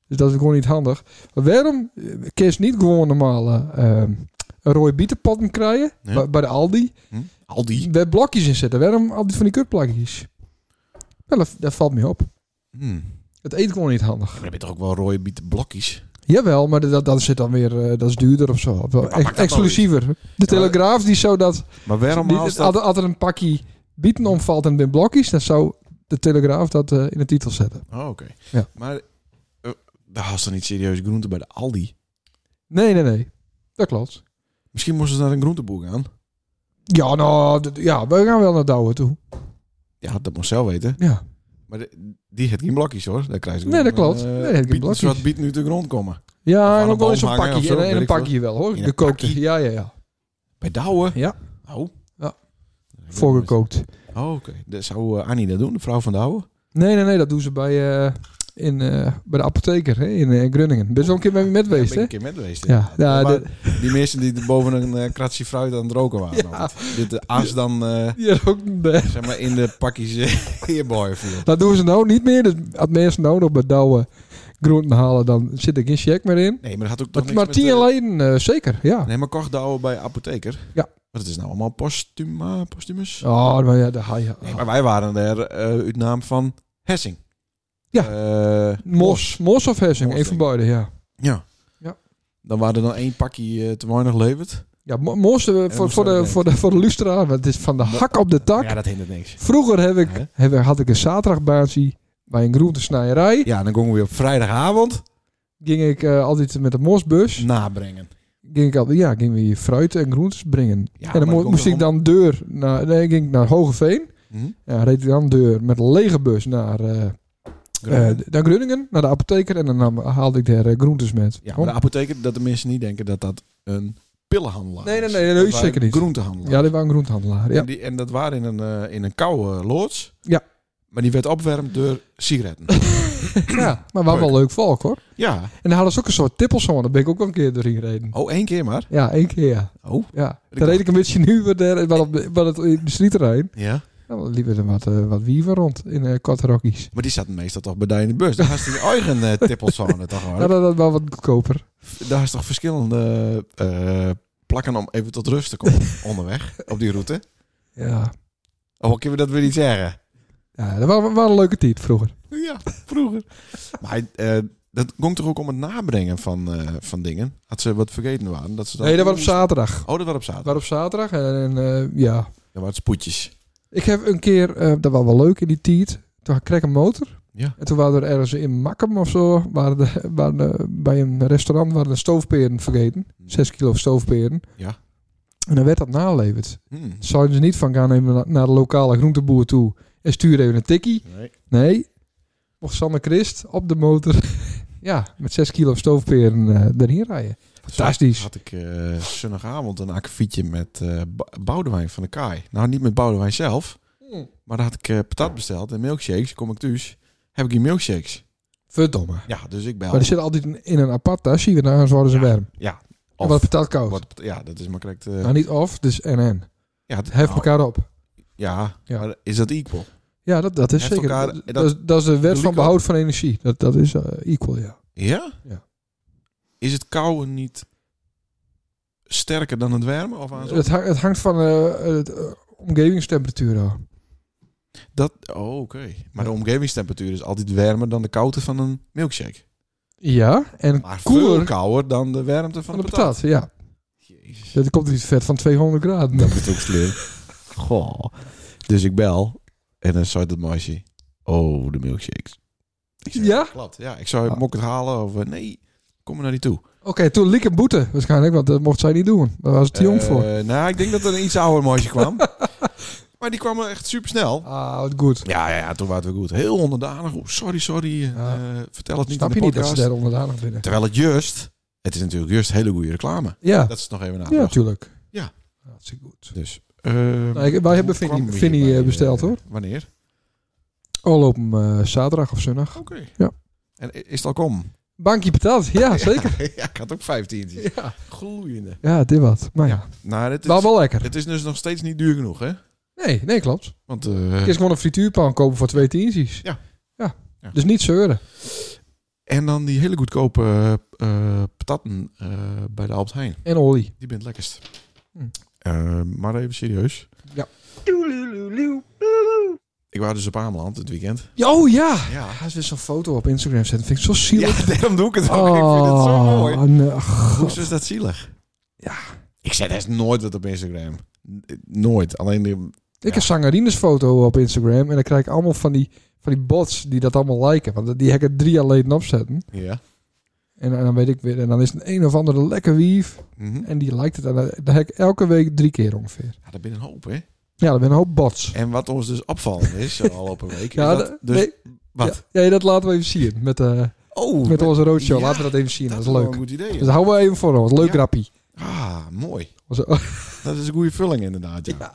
S1: Dus dat is gewoon niet handig. Maar waarom eh, kun je niet gewoon normaal eh, ehm, een rode bietenpotten krijgen?
S2: Ja.
S1: Bij, bij de Aldi.
S2: Aldi.
S1: Waar blokjes in zitten. Waarom al die van die kutplakjes? Nou, dat, dat valt me op.
S2: Hm.
S1: Mhm. Het eet gewoon niet handig.
S2: Maar dan heb je toch ook wel rode bieten blokjes?
S1: Jawel, maar dat, dat zit dan weer eh, dat is duurder of zo. Of wel
S2: pak
S1: ex-
S2: dat nou
S1: exclusiever. De Telegraaf die zou dat...
S2: Maar waarom
S1: die-
S2: haalt dat?
S1: had, had er een pakje bieten omvalt en bin blokjes, dan zou de Telegraaf dat eh, in de titel zetten.
S2: Oh, oké.
S1: Ja.
S2: Maar eh, daar had ze niet serieus groente bij de Aldi.
S1: Nee, nee, nee. Dat klopt.
S2: Misschien moesten ze naar een groenteboer gaan.
S1: Ja, nou, d- ja, we gaan wel naar Douwe toe.
S2: Ja, dat moest zelf weten.
S1: Ja.
S2: Maar de- die heeft geen blokjes hoor. Daar krijg je
S1: Nee,
S2: gewoon
S1: dat klopt.
S2: een, eh,
S1: Nee, die heeft geen
S2: biet-
S1: blokjes.
S2: Zodat biet nu te grond komen. Of
S1: Ja,
S2: aan
S1: en
S2: een
S1: ook wel in zo'n
S2: boom hangen
S1: pakje.
S2: of zo,
S1: en, en
S2: weet
S1: een
S2: ik veel.
S1: pakje wel hoor.
S2: In een
S1: Gekookte.
S2: pakje?
S1: Ja, ja, ja.
S2: Bij Douwe?
S1: Ja.
S2: Oh.
S1: Ja.
S2: Oh,
S1: Voorgekookt.
S2: oké. Dat Zou eh, Annie dat doen, de vrouw van Douwe?
S1: Nee, nee, nee, dat doen ze bij, eh, in, eh, bij de apotheker hè, in eh, Groningen. Best wel een keer met me met geweest,
S2: ben ik
S1: hè?
S2: een keer met geweest.
S1: Ja, ja,
S2: Maar
S1: de-
S2: Die mensen die er boven een eh, kratje fruit aan het roken waren.
S1: (laughs)
S2: altijd. Dit de as dan eh,
S1: ja, ook, nee.
S2: zeg maar in de pakjes eh, (laughs) hierboy viel.
S1: Dat doen ze nou niet meer. Dus als mensen nou nog bij Douwe groenten halen, dan zit er geen check meer in.
S2: Nee, maar dat had ook
S1: Maar,
S2: toch niks
S1: maar
S2: met,
S1: tien
S2: eh,
S1: jaar geleden, eh, zeker, ja.
S2: Nee, maar kocht Douwe bij apotheker?
S1: Ja.
S2: Maar het is nou allemaal postuma, postumus?
S1: Oh, maar ja, daar ga je.
S2: Nee, maar wij waren er eh uit naam van Hessing.
S1: Ja.
S2: Eh,
S1: Mos, Mos of Hessing,
S2: Mos,
S1: een van
S2: denk
S1: beide, ja.
S2: Ja.
S1: Ja.
S2: Dan waren er dan één pakje eh, te weinig leverd.
S1: Ja, Mo- Mos eh, voor,
S2: Mos
S1: voor,
S2: ook,
S1: de,
S2: ja.
S1: voor, de, voor de lustraar, want het is van de hak op de tak.
S2: Ja, dat hindert niks.
S1: Vroeger heb ik,
S2: Hè?
S1: heb, had ik een zaterdagbaantje bij een groentesnijerij.
S2: Ja, dan gingen we weer op vrijdagavond
S1: Ging ik eh, altijd met de Mosbus.
S2: Mm. nabrengen.
S1: ging ik altijd, ja, gingen we hier fruit en groentes brengen.
S2: Ja,
S1: en dan
S2: maar
S1: mo-
S2: dat
S1: moest
S2: komt
S1: ik dan Eh, deur naar, nee, ging ik naar Hogeveen.
S2: Hm?
S1: Ja, reed ik dan deur met een lege bus naar, eh eh, naar Groningen, naar de apotheker. En dan nam- haalde ik daar eh, groentes met.
S2: ja,
S1: Kom.
S2: maar de apotheker, dat de mensen niet denken dat dat een pillenhandelaar
S1: Nee, nee,
S2: is.
S1: nee, nee,
S2: Ah, dus Dat
S1: is
S2: waren
S1: zeker niet.
S2: groentehandelaar.
S1: ja, dit waren groentehandelaar.
S2: (clears throat)
S1: Ja.
S2: En, die, en dat waren in een, eh in een koude loods.
S1: Ja.
S2: Maar die werd opwarmd door sigaretten. (laughs)
S1: ja, maar we hadden wel leuk volk hoor.
S2: ja.
S1: En dan hadden ze ook een soort tippelzone. Daar ben ik ook wel een keer doorheen gereden.
S2: Oh, één keer maar.
S1: Ja, één keer ja.
S2: Oh.
S1: ja.
S2: Ik
S1: Daar
S2: dacht-
S1: reed ik een beetje nu weer daar, wat op de- wat het industrieterrein.
S2: Ja.
S1: Nou, dan liepen er wat, eh, wat wieven rond in eh korte rokjes.
S2: Maar die zat meestal toch bij die in de bus. Daar had je je eigen eh, tippelzone toch hoor.
S1: Nou, dat, dat was wat goedkoper.
S2: Daar is toch verschillende eh, plakken om even tot rust te (laughs) komen onderweg op die route.
S1: Ja,
S2: Oh, kunnen we dat weer niet zeggen?
S1: ja dat was, een leuke tijd vroeger.
S2: Ja, vroeger. Maar eh, dat ging toch ook om het nabrengen van, eh, van dingen? Had ze wat vergeten waren? Dat ze dan...
S1: Nee, dat was op zaterdag.
S2: Oh, dat was op zaterdag.
S1: Dat was op zaterdag en, en, eh, ja.
S2: Dat waren spoedjes.
S1: Ik heb een keer, eh, dat was wel leuk in die tijd, toen kreeg ik een motor.
S2: Ja.
S1: En toen waren er ergens in Makkum of zo, waren de, waren de- bij een restaurant waren de stoofperen vergeten. Zes kilo stoofperen.
S2: Mm. Ja.
S1: En dan werd dat naleverd.
S2: Hmm.
S1: Zouden ze niet van gaan nemen na- naar de lokale groenteboer toe en sturen even een tikkie?
S2: Nee.
S1: Nee. Mocht Sanne Christ op de motor, (laughs) ja, met zes kilo stoofperen eh erheen rijden. Fantastisch.
S2: Zo had ik eh zondagavond een akkefietje met eh, Ba- Boudewijn van de Kaai. Nou, niet met Boudewijn zelf.
S1: Hm.
S2: Maar daar had ik eh, patat besteld en milkshakes. Kom ik thuis, heb ik die milkshakes.
S1: Verdomme.
S2: Ja, dus ik bel.
S1: Maar die zitten altijd in, in een apart tasje, daarna worden ze warm.
S2: Ja.
S1: En
S2: Of.
S1: wat patat koud.
S2: Wat- ja, dat is maar correct. eh,
S1: Nou, niet of, dus en en.
S2: ja, het-
S1: Hef
S2: nou,
S1: elkaar op.
S2: ja,
S1: Ja.
S2: maar is dat equal?
S1: Ja, dat, dat is
S2: Heft
S1: zeker.
S2: elkaar-
S1: dat,
S2: dat-
S1: dat is, dat is de
S2: doe
S1: wet
S2: ik
S1: van
S2: ook.
S1: behoud van energie. Dat, dat is eh, equal, ja.
S2: Ja?
S1: Ja.
S2: Is het koude niet sterker dan het warme? Of aan
S1: Het, hang- het hangt van eh, het, eh, omgevingstemperatuur af.
S2: dat, oh, oké. Maar de omgevingstemperatuur is altijd warmer dan de koude van een milkshake.
S1: Ja, en
S2: Maar veel
S1: koeler
S2: kouder dan de warmte van
S1: van de
S2: de patat.
S1: patat. Ja,
S2: Jezus.
S1: dat komt niet vet van 200 graden.
S2: Dat is ook slim. Goh. Dus ik bel en dan zei dat meisje, oh, de milkshakes. Ik zeg,
S1: Ja?
S2: Klopt, ja. Ik zou
S1: Ah.
S2: mok het halen of eh, nee, kom maar naar die toe.
S1: Oké, toen liep een boete waarschijnlijk, want dat mocht zij niet doen. Daar was het te jong
S2: Eh,
S1: voor.
S2: Nou, ik denk dat er een iets ouder meisje
S1: (laughs)
S2: kwam. maar die kwam echt super snel.
S1: Ah, wat goed.
S2: Ja, ja, ja, toen waren we goed. Heel onderdanig. Oeh, sorry, sorry.
S1: Ja.
S2: Eh, vertel het niet
S1: Snap
S2: in
S1: je
S2: de
S1: niet dat ze
S2: podcast.
S1: daar onderdanig vinden?
S2: Terwijl het juist... Het is natuurlijk juist hele goede reclame.
S1: Ja,
S2: Dat is nog even na.
S1: ja, natuurlijk.
S2: Ja.
S1: Dat is goed.
S2: Dus... ehm,
S1: Nou, ik- wij hebben
S2: hoe kwamen
S1: Vinnie,
S2: we
S1: Vinnie
S2: hierbij?
S1: eh, besteld hoor.
S2: Wanneer?
S1: Al op hem eh, zaterdag of zondag.
S2: Oké.
S1: Ja.
S2: En i- is het al kom?
S1: Bankje patat, ja
S2: (laughs)
S1: zeker.
S2: ja, ik had ook 15.
S1: Ja,
S2: Gloeiende.
S1: ja dit wat. Maar ja,
S2: Nou, het
S1: wel
S2: is,
S1: wel lekker.
S2: het is dus nog steeds niet duur genoeg, hè?
S1: Nee, nee klopt.
S2: Want... eh,
S1: Ik is gewoon een frituurpan kopen voor twee tientjes.
S2: Ja.
S1: ja.
S2: Ja.
S1: Dus niet zeuren.
S2: en dan die hele goedkope eh, eh, patatten eh, bij de Albert Heijn.
S1: En olie.
S2: Die bent lekkerst.
S1: Hm.
S2: Eh, maar even serieus. Ik was dus op Ameland het weekend.
S1: Ja, Oh ja!
S2: Ja.
S1: Hij is weer zo'n foto op Instagram zetten. Vind ik zo zielig.
S2: Ja, (laughs) daarom doe ik het ook. Ik vind het zo mooi.
S1: Oh, nee, ach,
S2: Hoezo is dus dat zielig?
S1: Ja.
S2: Ik zet echt nooit dat op Instagram. N- Nooit. Alleen de...
S1: Ik heb Sangarines foto op Instagram en dan krijg ik allemaal van die, van die bots die dat allemaal liken. Want die heb ik er drie jaar geleden opzetten.
S2: Ja.
S1: En, dan weet ik weer, en dan is het een, een of andere lekker wief.
S2: Mhm.
S1: En die liked het. En dan, dan heb ik elke week drie keer ongeveer.
S2: Ja, dat ben een hoop, hè?
S1: Ja, dat ben een hoop bots.
S2: En wat ons dus opvallend is, de afgelopen
S1: (laughs)
S2: week...
S1: Ja,
S2: is dat,
S1: dat-
S2: dus,
S1: nee.
S2: Wat?
S1: Ja, ja, dat laten we even zien. Met, eh,
S2: Oh,
S1: met onze roadshow.
S2: ja,
S1: laten we dat even zien. Dat, is
S2: wel
S1: leuk.
S2: een goed idee.
S1: Dus houden we even voor ons. Leuk
S2: Ja.
S1: grappie.
S2: Ah, mooi.
S1: Onze-
S2: Dat is een goede vulling inderdaad, ja.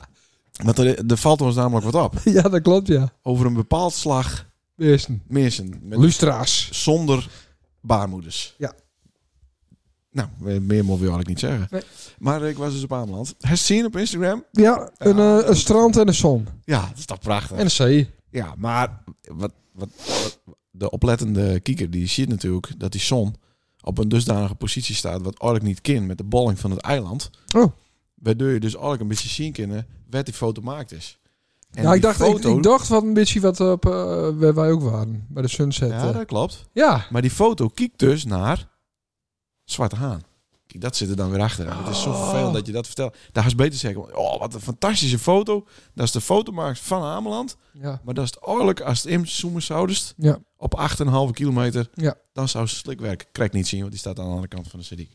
S2: Want er, er valt ons namelijk wat op.
S1: (laughs) ja, dat klopt, ja.
S2: Over een bepaald slag
S1: Eersten.
S2: mensen. Met,
S1: Lustra's.
S2: zonder baarmoeders.
S1: Ja.
S2: Nou, meer moet wil ik niet zeggen.
S1: Nee.
S2: Maar ik was dus op Ameland. Herzien op Instagram.
S1: Ja, een, eh, een strand en een zon.
S2: Ja, dat is toch prachtig.
S1: En een zee.
S2: Ja, maar wat, wat, wat- de oplettende kieker die ziet natuurlijk dat die zon op een dusdanige positie staat wat eigenlijk niet kan met de bolling van het eiland.
S1: Oh.
S2: Waardoor je dus eigenlijk een beetje zien kunnen wat die foto maakt is. En
S1: ja, ik
S2: die
S1: dacht, ik, ik dacht wat een beetje wat op, eh, waar wij ook waren. Bij de sunset. eh.
S2: Ja, dat klopt.
S1: ja.
S2: Maar die foto kijkt dus naar Zwarte Haan. Kijk, dat zit er dan weer achter. En Het is
S1: Oh.
S2: zo vervelend dat je dat vertelt. Daar is beter zeggen, oh, wat een fantastische foto. Dat is de fotomaak van Ameland.
S1: ja.
S2: Maar dat is het oorlijk als het inzoomen zoudest
S1: Ja.
S2: op 8,5 kilometer.
S1: Ja.
S2: Dan zou ze slikwerk Krijg niet zien, want die staat aan de andere kant van de city.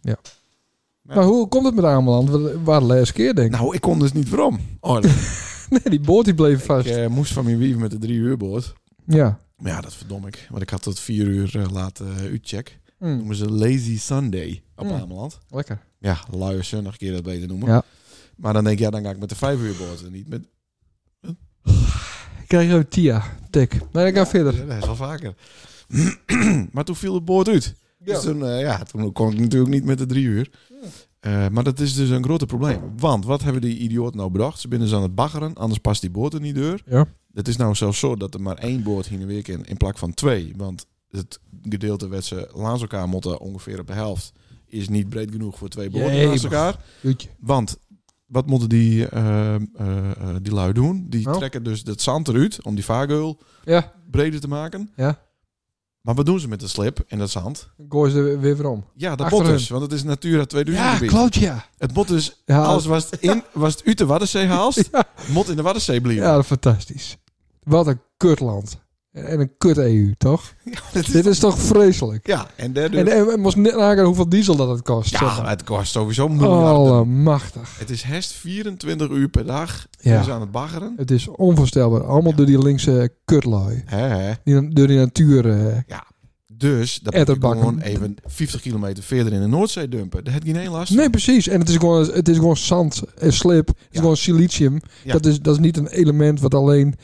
S1: Maar hoe komt het met Ameland? We waren de laatste keer, denk ik.
S2: Nou, ik kon dus niet waarom.
S1: (laughs)
S2: Oorlijk.
S1: Nee, die boot die bleef
S2: Nou, ik
S1: vast.
S2: eh, moest van mijn wief met de drie uur boord.
S1: ja.
S2: Maar ja, dat verdom ik. Want ik had tot vier uur eh, laat eh uitcheck.
S1: Mm,
S2: Noemen ze Lazy Sunday op
S1: Mm.
S2: Ameland.
S1: lekker.
S2: Ja, luie zondag kun je dat beter noemen.
S1: Ja.
S2: Maar dan denk je, ja, dan ga ik met de vijf uur boord en niet met...
S1: Ik krijg ook Tia. Tik. Nee, ik ga verder.
S2: Ja, dat is wel vaker. (clears throat) maar toen viel het boord uit. Dus toen, eh, ja, toen kon ik natuurlijk niet met de drie uur. Eh, maar dat is dus een grote probleem. Want wat hebben die idioten nou bedacht? Ze binnen ze aan het baggeren, anders past die boord er niet door.
S1: Ja.
S2: Het is nou zelfs zo dat er maar één boord hier en weer kan in plak van twee. Want het gedeelte wat ze langs elkaar moeten, ongeveer op de helft, is niet breed genoeg voor twee boorden naast
S1: Jemig.
S2: elkaar.
S1: Jutje.
S2: Want wat moeten die, eh, eh, eh, die lui doen? Die
S1: Nou?
S2: trekken dus dat zand eruit om die vaargeul
S1: Ja.
S2: breder te maken.
S1: Ja.
S2: Maar wat doen ze met de slip en dat zand?
S1: Gooi ze er weer weer om.
S2: Ja, dat
S1: Achter
S2: moet dus. Want het is Natura 2000 gebied.
S1: ja.
S2: Het moet dus,
S1: Ja,
S2: alles was het, in, was het uit de Waddenzee haalt,
S1: (laughs) Ja.
S2: moet in de Waddenzee blijven. (laughs)
S1: ja, fantastisch. Wat een kutland. En een kut EU, toch?
S2: dat is-
S1: Dit is toch vreselijk?
S2: Ja, en daardoor...
S1: En, en, en moest net nagaan hoeveel diesel dat het kost. zeg
S2: ja,
S1: maar.
S2: het kost sowieso miljarden.
S1: Allemachtig.
S2: Het is herst 24 uur per dag.
S1: Ja.
S2: Ja. Dus aan het baggeren.
S1: Het is onvoorstelbaar. Allemaal door die linkse kutlui.
S2: Hè, hè.
S1: Die, door die natuur. eh,
S2: Dus dat moet je
S1: Etterbakken.
S2: gewoon even 50 kilometer verder in de Noordzee dumpen. Daar heb je geen last van.
S1: Nee, precies. En het is gewoon, het is gewoon zand en slip. Het is
S2: Ja.
S1: gewoon silicium.
S2: Ja.
S1: Dat, is, dat is niet een element wat alleen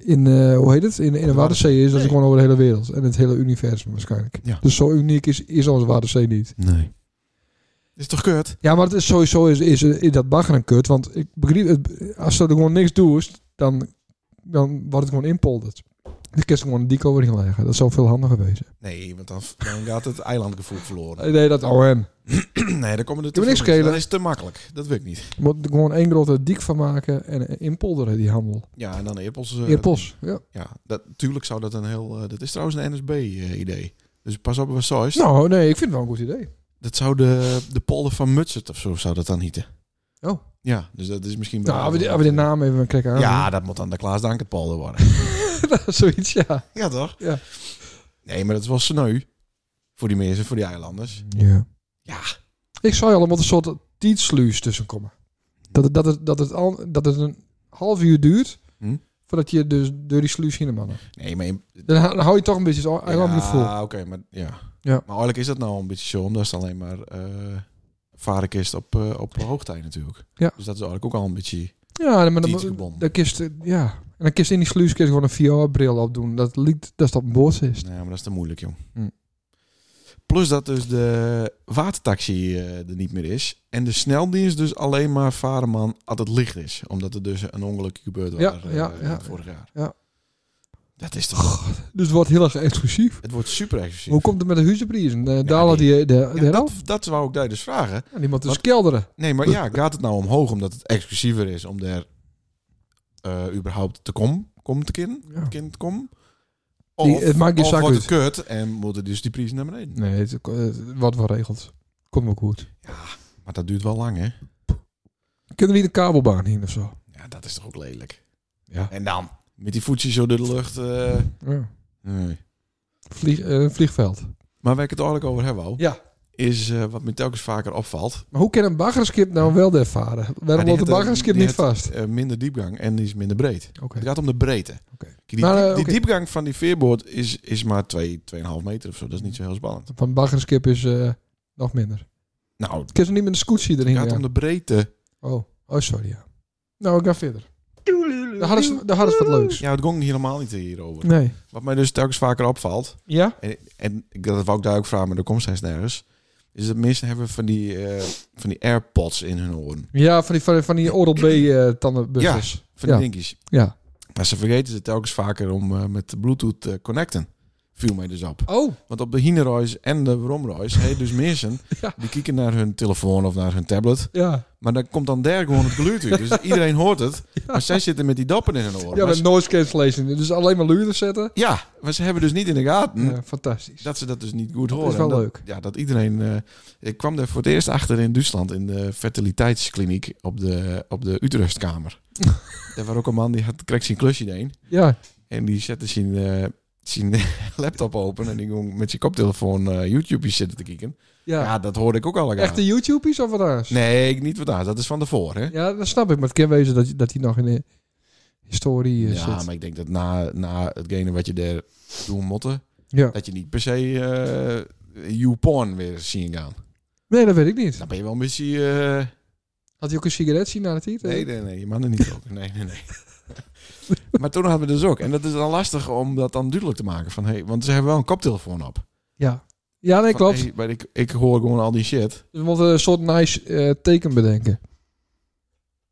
S1: in, eh, hoe heet het? In, in de Waddenzee is. Dat is
S2: Nee.
S1: gewoon over de hele wereld. En het hele universum waarschijnlijk.
S2: Ja.
S1: Dus zo uniek is, is onze Waddenzee niet.
S2: Nee. Is toch kut?
S1: Ja, maar het is sowieso is, is, is dat bagger een kut. Want ik begrijp het, als ze er gewoon niks doet, dan, dan wordt het gewoon inpolderd. Dan kun je gewoon een dik over in leggen. Dat zou veel handiger wezen.
S2: Nee, want dan, dan gaat het eilandgevoel verloren.
S1: Nee, dat OM.
S2: (clears throat) Nee, dan komen er
S1: Ik wil Eh. niks
S2: te veel mensen.
S1: schelen.
S2: Dat is te makkelijk. Dat wil ik niet.
S1: Je moet er gewoon één grote dik van maken en eh, inpolderen die handel.
S2: Ja, en dan eh, Eppels.
S1: Eerpos, ja.
S2: Ja, dat, natuurlijk zou dat een heel... eh, dat is trouwens een NSB-idee. dus pas op wat saus.
S1: Nou, nee, ik vind het wel een goed idee.
S2: Dat zou de, de polder van Mutsert of zo zou dat dan hieten.
S1: Oh.
S2: Ja, dus dat is misschien...
S1: Nou, hebben we, de- hebben we de naam even kijken aan.
S2: Ja, dat moet dan de Klaas Dankerpolder worden.
S1: (laughs) zoiets, ja.
S2: ja, toch?
S1: Ja.
S2: Nee, maar dat is wel sneu. Voor die mensen, voor die eilanders.
S1: ja.
S2: Ja.
S1: Ik zou allemaal een soort tijdsluis tussen komen. Dat het, dat, het, dat, het al, dat het een half uur duurt
S2: Hm?
S1: voordat je dus door die sluis heen mannen.
S2: Nee, maar... in-
S1: Dan, hou- dan hou je toch een beetje het eilandje vol.
S2: Ja, oké, maar ja.
S1: Ja.
S2: Maar eigenlijk is dat nou een beetje zo, omdat het alleen maar eh varenkist op, eh, op hoogtij natuurlijk.
S1: Ja,
S2: Dus dat is eigenlijk ook al een beetje...
S1: ja maar dan, dan,
S2: Tijdsgebonden.
S1: kist, ja. En dan kist in die sluis kist gewoon een VR-bril opdoen. Dat liet dat dat een bos is.
S2: Nee, maar dat is te moeilijk, jong.
S1: Hm.
S2: Plus dat dus de watertaxi eh, er niet meer is. En de sneldienst dus alleen maar varen man als het licht is. Omdat er dus een ongeluk gebeurd was
S1: Ja,
S2: eh,
S1: ja, ja.
S2: vorig jaar.
S1: Ja.
S2: Dat is toch...
S1: Dus het wordt heel erg exclusief.
S2: Het wordt super exclusief.
S1: Hoe komt het met de huizenprijzen? Eh,
S2: nee.
S1: Dalen die de, de,
S2: Ja, dat, dat wou ik daar dus vragen.
S1: Niemand is
S2: Wat?
S1: kelderen. (laughs)
S2: Nee, maar ja, gaat het nou omhoog omdat het exclusiever is om daar eh, überhaupt te komen? komt te kind,
S1: Ja.
S2: kind kom. Of,
S1: Die- het maakt je
S2: of
S1: zak uit.
S2: wordt het kut en moeten dus die prijzen naar beneden.
S1: Nee, het, eh, wat wel regeld. Komt ook goed.
S2: Maar dat duurt wel lang, hè?
S1: Kunnen we niet een kabelbaan heen of zo?
S2: Ja, dat is toch ook lelijk.
S1: Ja.
S2: En dan? Met die voetjes zo door de lucht. eh,
S1: Ja.
S2: nee.
S1: Vlieg, eh, een vliegveld.
S2: Maar waar ik het eigenlijk over heb, wou,
S1: Ja.
S2: is eh, wat me telkens vaker opvalt.
S1: Maar hoe kan een baggerskip nou wel dat varen?
S2: die
S1: Waarom loopt
S2: had
S1: een
S2: een-
S1: baggerskip
S2: die
S1: niet
S2: had-
S1: vast?
S2: eh, minder diepgang en die is minder breed.
S1: Oké.
S2: Het gaat om de breedte.
S1: Oké.
S2: Kijk, Die,
S1: Maar,
S2: diep-
S1: eh,
S2: die
S1: oké.
S2: diepgang van die veerboord is, is maar 2, 2,5 meter of zo. Dat is niet zo heel spannend.
S1: Van een baggerskip is eh, nog minder.
S2: Nou,
S1: Ik kan ze niet met een scootsie erin
S2: het gaat
S1: gaan.
S2: om de breedte.
S1: Oh, oh sorry ja. Nou, ik ga verder. Daar hadden ze, daar hadden ze wat leuks.
S2: Ja, het ging helemaal niet hierover.
S1: Nee.
S2: Wat mij dus telkens vaker opvalt,
S1: Ja?
S2: en, en ik- dat wou ik daar ook vragen, maar er komt steeds nergens, is dat mensen hebben van die, eh, van die AirPods in hun oren.
S1: Ja, van die, van die, van die Oral B eh tandenbuffers.
S2: Van die
S1: Ja.
S2: dingetjes.
S1: Ja.
S2: Maar ze vergeten ze telkens vaker om eh, met de Bluetooth te connecten. Viel mij dus op.
S1: Oh,
S2: Want op de Hinerois en de Romrois, hey, dus mensen,
S1: (laughs) Ja.
S2: die kijken naar hun telefoon of naar hun tablet.
S1: ja.
S2: Maar dan komt dan daar gewoon het geluid uit. Dus iedereen hoort
S1: (laughs)
S2: het. Maar zij zitten met die dappen in hun oren.
S1: Ja,
S2: maar
S1: met
S2: ze-
S1: noise cancellation. Dus alleen maar luider zetten.
S2: ja, maar ze hebben dus niet in de gaten
S1: Ja, fantastisch.
S2: dat ze dat dus niet goed
S1: Dat is
S2: horen.
S1: wel
S2: En dat-
S1: leuk.
S2: Ja, dat iedereen... eh, ik kwam daar voor het eerst achter in Duitsland in de fertiliteitskliniek op de, op de
S1: (laughs)
S2: Utrechtkamer. daar was ook een man die had, kreeg zijn klusje heen.
S1: Ja,
S2: En die zette zijn, eh, zijn (laughs) laptop open en die ging met zijn koptelefoon eh YouTube's zitten te kijken. Ja.
S1: ja.
S2: dat hoorde ik ook al.
S1: Echt de YouTube's of wat anders?
S2: Nee, niet wat daar. Dat is van tevoren, hè?
S1: Ja, dat snap ik. Maar het kan wezen dat, dat hij nog in de historie eh,
S2: Ja,
S1: zit.
S2: maar ik denk dat na, na hetgene wat je daar doen motte,
S1: Ja.
S2: dat je niet per se eh YouPorn weer zien gaan.
S1: Nee, dat weet ik niet.
S2: Dan ben je wel een beetje... eh
S1: Had hij ook een sigaret zien na de titel?
S2: nee, nee, nee, je mag er niet roken. Nee, nee, (laughs) nee. maar toen hadden we dus ook. En dat is dan lastig om dat dan duidelijk te maken. Van, hey, want ze hebben wel een koptelefoon op.
S1: Ja. Ja, nee,
S2: Van,
S1: klopt.
S2: hey, maar ik, ik hoor gewoon al die shit.
S1: Dus we moeten een soort nice eh, teken bedenken.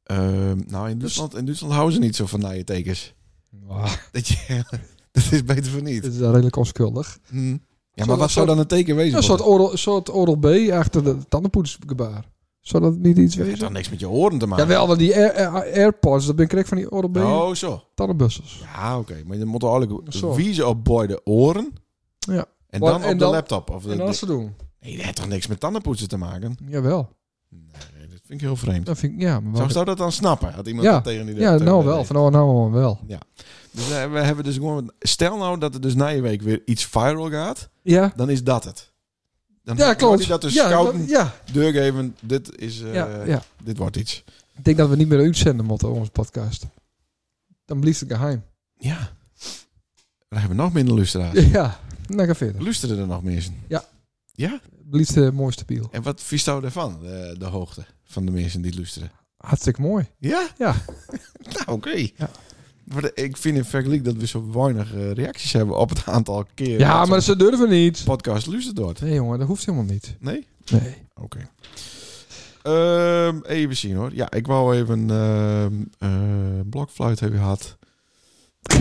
S2: Ehm, nou,
S1: Dus-
S2: in Duitsland, in Duitsland houden ze niet zo van naar je tekens. (laughs)
S1: Wow.
S2: Dat, je, (laughs) dat is beter van
S1: Dit
S2: niet.
S1: is wel redelijk onschuldig.
S2: Hm. Ja,
S1: Zou
S2: maar
S1: dat-
S2: wat zou dan een teken wezen?
S1: Een soort oral, soort oral B achter de tandenpoetsgebaar. Zou dat niet iets
S2: Dat
S1: wezen?
S2: heeft dan niks met je oren te maken.
S1: Jawel, want die Air- eh, Air- AirPods, dat ben ik van die oral B
S2: Oh, zo.
S1: tandenbussels.
S2: Ja, oké. Maar je moet eigenlijk
S1: Zo.
S2: wiezen op beide oren.
S1: Ja.
S2: En
S1: Maar-
S2: dan
S1: en
S2: op
S1: dan-
S2: de laptop. Of de,
S1: En als ze doen.
S2: Nee, dat heeft toch niks met tandenpoetsen te maken?
S1: Jawel.
S2: Nee, dat vind ik heel vreemd.
S1: Dat vind ik, ja, maar
S2: Zou,
S1: waarom-
S2: zou dat dan snappen? Had iemand
S1: Ja.
S2: dat tegen die
S1: ja,
S2: tegen
S1: nou
S2: die-
S1: wel. Van nou, nou wel.
S2: Dus eh, we hebben dus gewoon... Stel nou dat er dus na je week weer iets viral gaat.
S1: Ja.
S2: Dan is dat het. Dan
S1: Ja,
S2: wordt
S1: klopt.
S2: hij dat dus
S1: ja,
S2: scouten,
S1: dat- ja,
S2: deurgeven. Dit is... eh,
S1: ja, ja.
S2: Dit wordt iets.
S1: Ik denk dat we niet meer uitzenden moeten, onze podcast. Dan blijft het geheim.
S2: Ja. Dan hebben we nog minder lustra's.
S1: (laughs) Ja, nou ga verder.
S2: Lusteren er nog mensen?
S1: Ja.
S2: Ja?
S1: Blijft de mooiste biel.
S2: En wat vies jou daarvan? eh, De, de hoogte van de mensen die lusteren?
S1: Hartstikke mooi.
S2: Ja?
S1: Ja.
S2: (laughs) nou, oké.
S1: Ja.
S2: Maar de- ik vind in vergelijk dat we zo weinig eh, reacties hebben op het aantal keer
S1: Ja,
S2: dat
S1: maar
S2: zo'n
S1: ze durven niet.
S2: podcast luistert wordt.
S1: Nee jongen, dat hoeft helemaal niet.
S2: Nee?
S1: Nee.
S2: Oké. Ehm, even zien hoor. Ja, ik wou even... ehm eh, blokfluit heb je gehad. Eh,